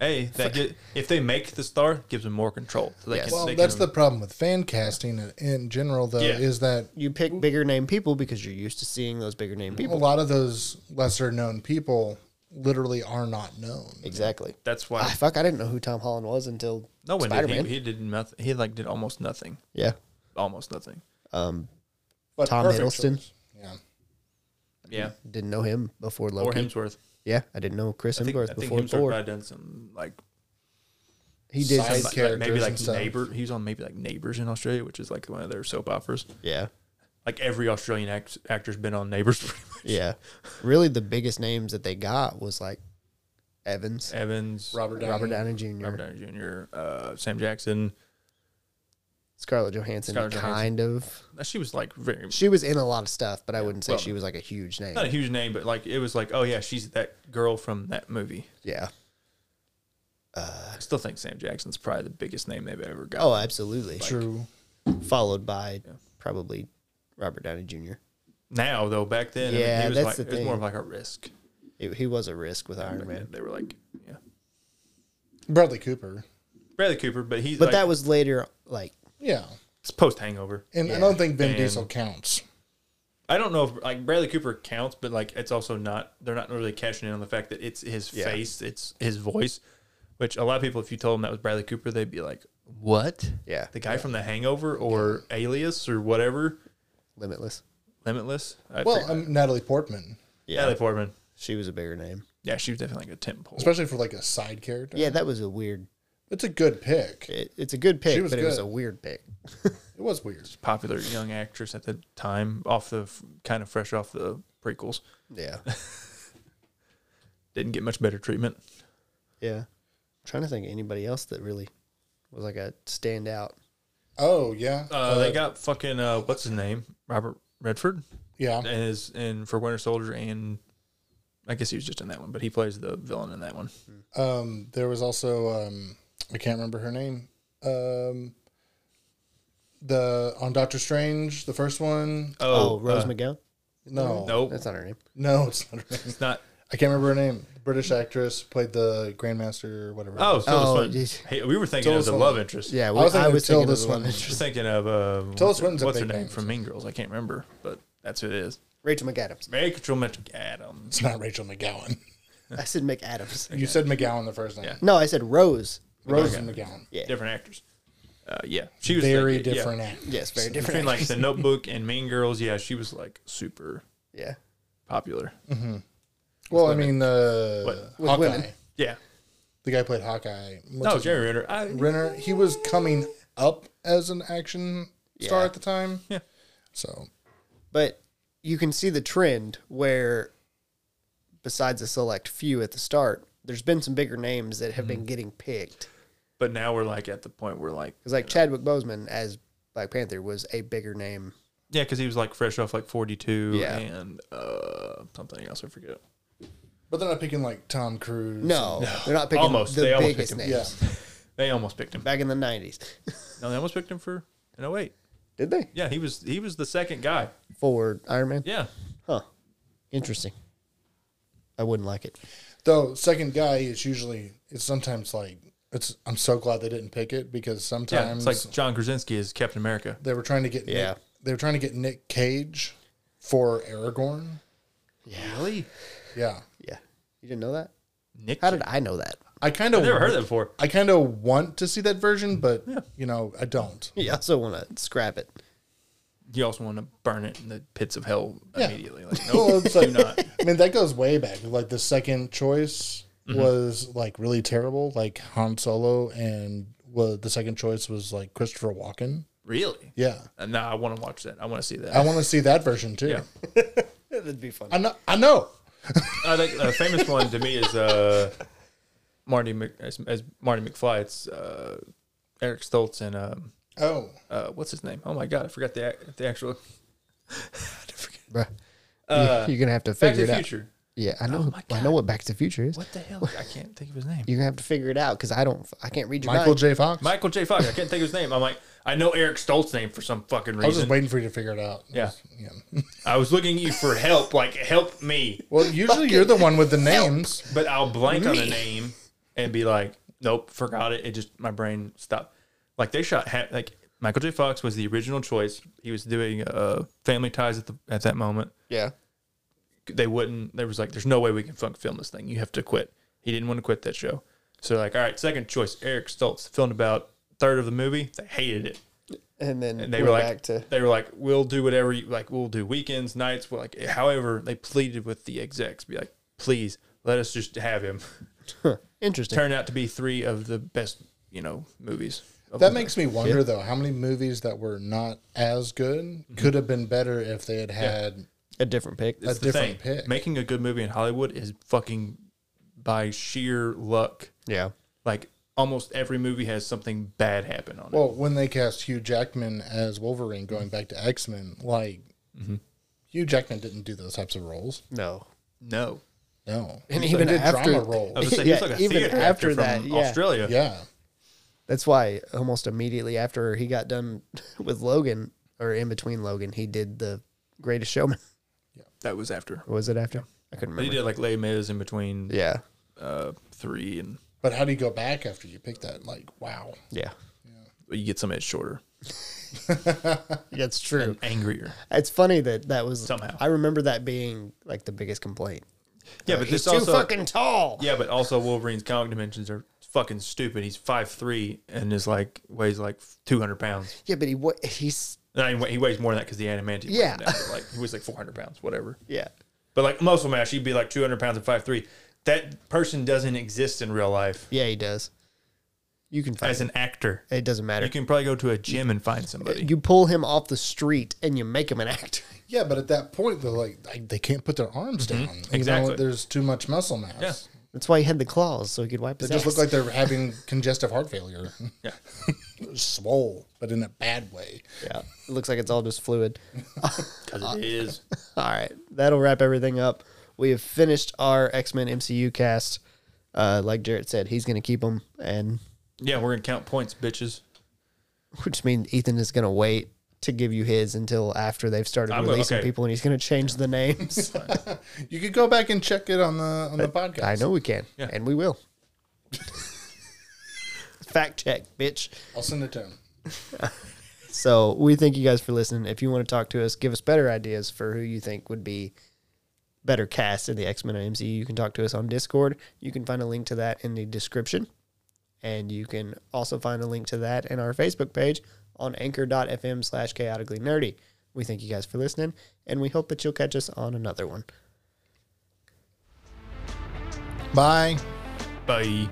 Speaker 2: Hey, that get, if they make the star, gives them more control. So they
Speaker 1: Yes.
Speaker 2: can,
Speaker 3: Well,
Speaker 2: they
Speaker 3: that's
Speaker 2: can-
Speaker 3: the problem with fan casting in- in general, though,
Speaker 2: Yeah.
Speaker 3: is that
Speaker 1: you pick bigger name people because you're used to seeing those bigger name
Speaker 2: Mm-hmm.
Speaker 3: a
Speaker 1: people.
Speaker 3: lot of those lesser known people literally are not known.
Speaker 1: Exactly.
Speaker 2: that's
Speaker 1: Ah,
Speaker 2: why
Speaker 1: fuck, I didn't know who Tom Holland was until
Speaker 2: no one did.
Speaker 1: Spider-Man.
Speaker 2: He, he did nothing. He like did almost nothing.
Speaker 1: yeah.
Speaker 2: Almost nothing.
Speaker 1: Um,
Speaker 3: But
Speaker 1: Tom
Speaker 3: perfect
Speaker 1: Hiddleston.
Speaker 3: choice. Yeah.
Speaker 2: Yeah,
Speaker 1: didn't know him before Loki.
Speaker 2: or Hemsworth.
Speaker 1: Yeah, I didn't know Chris
Speaker 2: I think, I
Speaker 1: Hemsworth
Speaker 2: think
Speaker 1: before
Speaker 2: Hemsworth
Speaker 1: Thor.
Speaker 2: probably done some like
Speaker 1: He did. Some,
Speaker 3: Side-
Speaker 2: like, like, maybe
Speaker 3: characters
Speaker 2: like
Speaker 3: and stuff.
Speaker 2: neighbor. He was on maybe like Neighbors in Australia, which is like one of their soap operas.
Speaker 1: yeah.
Speaker 2: Like every Australian act, actor's been on Neighbors. (laughs) pretty much.
Speaker 1: Yeah. Really, the biggest names that they got was like Evans,
Speaker 2: Evans,
Speaker 3: Robert Downey.
Speaker 1: Robert Downey Jr.,
Speaker 2: Robert Downey Jr., uh, Sam Jackson.
Speaker 1: Scarlett Johansson,
Speaker 2: Scarlett Johansson.
Speaker 1: kind of.
Speaker 2: Uh, She was like very
Speaker 1: She was in a lot of stuff, but I wouldn't say
Speaker 2: well-
Speaker 1: she was like a huge name.
Speaker 2: not a huge name, but like it was like, oh yeah, she's that girl from that movie.
Speaker 1: Yeah.
Speaker 2: I still think Sam Jackson's probably the biggest name they've ever got.
Speaker 1: Oh, absolutely.
Speaker 3: True.
Speaker 1: Followed by probably Robert Downey Jr.
Speaker 2: Now though, back then, I mean,
Speaker 1: Yeah,
Speaker 2: he was
Speaker 1: that's
Speaker 2: like
Speaker 1: the
Speaker 2: it was
Speaker 1: thing.
Speaker 2: more of like a risk.
Speaker 1: It, he was a risk with Iron
Speaker 2: Back
Speaker 1: Man.
Speaker 2: then, They were like, yeah,
Speaker 3: Bradley Cooper.
Speaker 2: Bradley Cooper, but he's
Speaker 1: But
Speaker 2: like,
Speaker 1: that was later, like,
Speaker 3: Yeah.
Speaker 2: it's post Hangover.
Speaker 3: And I don't think Vin
Speaker 2: And-
Speaker 3: Diesel counts.
Speaker 2: I don't know if like Bradley Cooper counts, but like it's also not they're not really cashing in on the fact that it's his
Speaker 1: Yeah.
Speaker 2: face, it's his voice. Which a lot of people, if you told them that was Bradley Cooper, they'd be like, "What?
Speaker 1: Yeah.
Speaker 2: the guy from The Hangover or Alias or whatever,
Speaker 1: Limitless.
Speaker 2: Limitless." I
Speaker 3: Well,
Speaker 2: think-
Speaker 3: um, Natalie Portman,
Speaker 1: uh, Yeah.
Speaker 2: Natalie Portman.
Speaker 1: She was a bigger name.
Speaker 2: Yeah, she was definitely like a tent pole.
Speaker 3: especially for like a side character.
Speaker 1: Yeah, that was a weird.
Speaker 3: It's a good pick. It
Speaker 1: It, it's a good pick,
Speaker 3: was
Speaker 1: but it was
Speaker 3: good.
Speaker 1: a weird pick.
Speaker 3: was weird.
Speaker 2: popular young actress at the time, off the kind of fresh off the prequels. (laughs)
Speaker 1: Yeah.
Speaker 2: Didn't get much better treatment.
Speaker 1: yeah. I'm trying to think of anybody else that really was like a standout.
Speaker 3: Oh yeah.
Speaker 2: Uh, they got fucking uh, what's his name, Robert Redford,
Speaker 3: yeah.
Speaker 2: and is in for Winter Soldier, and I guess he was just in that one, but he plays the villain in that one.
Speaker 3: Um, there was also um, I can't remember her name. Um, the on Doctor Strange, the first one.
Speaker 1: Oh,
Speaker 2: uh,
Speaker 1: Rose McGowan?
Speaker 3: No, no,
Speaker 2: Nope,
Speaker 1: That's not her name.
Speaker 3: it's not her name.
Speaker 2: it's not.
Speaker 3: I can't remember her name. British actress played the Grandmaster, or whatever.
Speaker 2: Oh, so
Speaker 1: Oh,
Speaker 2: this
Speaker 1: geez.
Speaker 2: one. Hey, we were thinking of the
Speaker 3: Tilda
Speaker 2: love interest.
Speaker 1: Yeah,
Speaker 3: was thinking of
Speaker 1: thinking
Speaker 3: Tilda
Speaker 1: of the one
Speaker 3: Swinton.
Speaker 1: that-
Speaker 2: just thinking of uh,
Speaker 3: Tilda
Speaker 2: what's, her-
Speaker 3: Swinton's a
Speaker 2: what's her
Speaker 3: big
Speaker 2: name
Speaker 3: name.
Speaker 2: from Mean Girls? I can't remember, but that's who it is.
Speaker 1: (laughs) Rachel McAdams.
Speaker 2: Mary Control Metric Adams.
Speaker 3: It's not Rachel McGowan.
Speaker 1: I said McAdams.
Speaker 3: You said McGowan the first name.
Speaker 2: Yeah.
Speaker 1: (laughs) No, I said Rose.
Speaker 3: Rose McGowan.
Speaker 1: Yeah.
Speaker 2: Different actors. Uh, yeah, she was
Speaker 3: Very
Speaker 2: like- yeah.
Speaker 3: different actress.
Speaker 1: Yes, very different.
Speaker 2: between like
Speaker 1: actress.
Speaker 2: the Notebook and Mean Girls, yeah, she was like super
Speaker 1: yeah.
Speaker 3: (laughs)
Speaker 2: popular.
Speaker 3: Well, I mean, uh,
Speaker 2: What?
Speaker 1: With
Speaker 3: Hawkeye.
Speaker 1: women.
Speaker 2: Yeah.
Speaker 3: The guy played Hawkeye. What's
Speaker 2: No,
Speaker 3: his-
Speaker 2: Jerry Renner. I,
Speaker 3: Renner. He was coming up as an action star
Speaker 1: Yeah.
Speaker 3: at the time.
Speaker 2: Yeah.
Speaker 3: So
Speaker 1: But you can see the trend where, besides a select few at the start, there's been some bigger names that have been getting picked.
Speaker 2: but now we're like at the point where like
Speaker 1: Because like Chadwick Boseman as Black Panther was a bigger name.
Speaker 2: yeah, because he was like fresh off like forty two
Speaker 1: Yeah.
Speaker 2: and uh something else. I forget.
Speaker 3: But they're not picking like Tom Cruise.
Speaker 1: No, they're not picking
Speaker 2: Almost.
Speaker 1: the
Speaker 2: They almost
Speaker 1: biggest
Speaker 2: picked
Speaker 1: names
Speaker 2: him.
Speaker 3: Yeah.
Speaker 2: They almost picked him.
Speaker 1: back in the '90s.
Speaker 2: No, they almost picked him for an 08.
Speaker 1: Did (laughs) they
Speaker 2: Yeah, he was he was the second guy.
Speaker 1: for Iron Man?
Speaker 2: Yeah,
Speaker 1: Huh. Interesting. I wouldn't like it.
Speaker 3: Though second guy is usually it's sometimes like it's. I'm so glad they didn't pick it because
Speaker 2: yeah.
Speaker 3: sometimes
Speaker 2: It's like John Krasinski is Captain America.
Speaker 3: they were trying to get.
Speaker 1: Yeah.
Speaker 3: Nick, they were trying to get Nick Cage for Aragorn.
Speaker 2: Really?
Speaker 3: Yeah.
Speaker 1: Yeah, you didn't know that.
Speaker 2: Nick?
Speaker 1: How did I know that?
Speaker 3: I kind
Speaker 2: I've never
Speaker 3: of.
Speaker 2: heard that before.
Speaker 3: I kind of want to see that version, but you know I don't.
Speaker 1: You also want to scrap it.
Speaker 2: You also want to burn it in the pits of hell
Speaker 3: Yeah.
Speaker 2: immediately. Like, no,
Speaker 3: (laughs) Well, it's like,
Speaker 2: do not.
Speaker 3: I mean, that goes way back. Like the second choice
Speaker 2: Mm-hmm.
Speaker 3: was like really terrible, like Han Solo, and well, the second choice was like Christopher Walken.
Speaker 2: Really?
Speaker 3: Yeah,
Speaker 2: Uh, nah, I want to watch that. I want to see that.
Speaker 3: I want to see that version too.
Speaker 2: Yeah.
Speaker 1: That'd be fun.
Speaker 3: I know. I know.
Speaker 2: I think a famous one to me is uh, Marty Mc, as, as Marty McFly. It's uh, Eric Stoltz and um,
Speaker 3: Oh,
Speaker 2: uh, what's his name? Oh my god, I forgot the ac- the actual. (laughs)
Speaker 1: Bruh.
Speaker 2: Uh,
Speaker 1: You're gonna have to figure
Speaker 2: Back to
Speaker 1: it
Speaker 2: the
Speaker 1: out.
Speaker 2: Future.
Speaker 1: Yeah, I know.
Speaker 2: my
Speaker 1: I know Oh what Back to the Future is.
Speaker 2: What the hell? I can't think of
Speaker 1: (laughs)
Speaker 2: his name.
Speaker 1: You're gonna have to figure it out because I don't. I can't read your
Speaker 3: Michael
Speaker 1: mind.
Speaker 3: J. Fox.
Speaker 2: Michael J. Fox. I can't think of his name. I'm like, I know Eric Stoltz's name for some fucking
Speaker 3: I was just
Speaker 2: reason.
Speaker 3: waiting for you to figure it out.
Speaker 2: Yeah.
Speaker 3: yeah.
Speaker 2: I was looking at you for help. Like, help me.
Speaker 3: Well, usually you're the one with the names.
Speaker 2: But I'll blank on a name and be like, nope, forgot it. It just my brain stopped. Like they shot ha- like Michael J. Fox was the original choice. He was doing uh, Family Ties at the at that moment.
Speaker 1: yeah.
Speaker 2: They wouldn't. There was like, there's no way we can funk film this thing. You have to quit. He didn't want to quit that show. So like, all right, second choice, Eric Stoltz. Filmed about third of the movie. They hated it.
Speaker 1: And then
Speaker 2: And they
Speaker 1: we're
Speaker 2: were like,
Speaker 1: back to
Speaker 2: they were like, we'll do whatever you like. We'll do weekends, nights. we like, however, they pleaded with the execs, be like, please let us just have him. (laughs)
Speaker 1: huh, (laughs) interesting.
Speaker 2: turned out to be three of the best, you know, movies. of all
Speaker 3: That
Speaker 2: time.
Speaker 3: makes me wonder though, how many movies that were not as good
Speaker 2: Mm-hmm.
Speaker 3: could have been better if they had had.
Speaker 1: a different pick.
Speaker 2: It's
Speaker 3: a different pick.
Speaker 2: Making a good movie in Hollywood is fucking by sheer luck.
Speaker 1: yeah.
Speaker 2: Like almost every movie has something bad happen on it.
Speaker 3: Well, when they cast Hugh Jackman as Wolverine, going back to X Men, like Hugh Jackman didn't do those types of roles.
Speaker 1: No.
Speaker 2: No,
Speaker 3: No,
Speaker 1: And
Speaker 3: He
Speaker 1: even
Speaker 3: did
Speaker 1: after-
Speaker 3: drama roles.
Speaker 1: (laughs)
Speaker 2: I was gonna say, he was
Speaker 1: Yeah,
Speaker 2: like a
Speaker 1: even
Speaker 2: theater
Speaker 1: after
Speaker 2: actor from
Speaker 1: that, yeah.
Speaker 2: Australia.
Speaker 3: yeah,
Speaker 1: That's why almost immediately after he got done (laughs) with Logan, or in between Logan, he did the Greatest Showman. (laughs)
Speaker 2: That was after.
Speaker 1: Or was it after? I couldn't
Speaker 2: But he
Speaker 1: remember.
Speaker 2: did like Les Mis in between
Speaker 1: Yeah.
Speaker 2: uh, three and
Speaker 3: but how do you go back after you pick that? Like, wow,
Speaker 1: Yeah.
Speaker 2: but you get something that's shorter,
Speaker 1: That's true.
Speaker 2: angrier.
Speaker 1: It's funny that that was
Speaker 2: Somehow.
Speaker 1: I remember that being like the biggest complaint.
Speaker 2: Yeah,
Speaker 1: Like,
Speaker 2: but
Speaker 1: he's
Speaker 2: this
Speaker 1: too
Speaker 2: also
Speaker 1: fucking tall.
Speaker 2: yeah, but also Wolverine's comic dimensions are fucking stupid. He's five three and is like weighs like two hundred pounds.
Speaker 1: Yeah, but he what he's
Speaker 2: No, he wa- he weighs more than that because the adamantium. weighed
Speaker 1: Yeah.
Speaker 2: him down, but, like he weighs like four hundred pounds, whatever.
Speaker 1: yeah.
Speaker 2: But like muscle mass, he'd be like two hundred pounds and five three. That person doesn't exist in real life
Speaker 1: Yeah, he does. You can find
Speaker 2: as an actor.
Speaker 1: it doesn't matter.
Speaker 2: You can probably go to a gym and
Speaker 1: (laughs)
Speaker 2: find somebody.
Speaker 1: you pull him off the street and you make him an actor. (laughs)
Speaker 3: Yeah, but at that point, they're like, I, they can't put their arms down. You know,
Speaker 2: Exactly.
Speaker 3: there's too much muscle mass.
Speaker 2: Yeah.
Speaker 1: That's why he had the claws so he could wipe
Speaker 3: They
Speaker 1: his
Speaker 3: just
Speaker 1: ass.
Speaker 3: look like they're having (laughs) congestive heart failure. (laughs)
Speaker 2: (laughs) Yeah.
Speaker 3: Swole, but in a bad way.
Speaker 1: (laughs) yeah, it looks like it's all just fluid. (laughs)
Speaker 2: Because it is.
Speaker 1: All right, that'll wrap everything up. We have finished our X Men MCU cast. Uh, like Jarrett said, he's going to keep them, and (laughs)
Speaker 2: Yeah, we're gonna count points, bitches.
Speaker 1: which means Ethan is going to wait to give you his until after they've started
Speaker 2: I'm-
Speaker 1: releasing
Speaker 2: okay.
Speaker 1: people, and he's going to change the names. (laughs)
Speaker 3: You could go back and check it on the on the podcast.
Speaker 1: I know we can,
Speaker 2: Yeah.
Speaker 1: and we will. (laughs) Fact check, bitch.
Speaker 3: I'll send it to him.
Speaker 1: So we thank you guys for listening. If you want to talk to us, give us better ideas for who you think would be better cast in the X Men MCU. You can talk to us on Discord. You can find a link to that in the description, and you can also find a link to that in our Facebook page on anchor.fm slash chaotically nerdy. We thank you guys for listening, and we hope that you'll catch us on another one.
Speaker 3: Bye.
Speaker 2: Bye.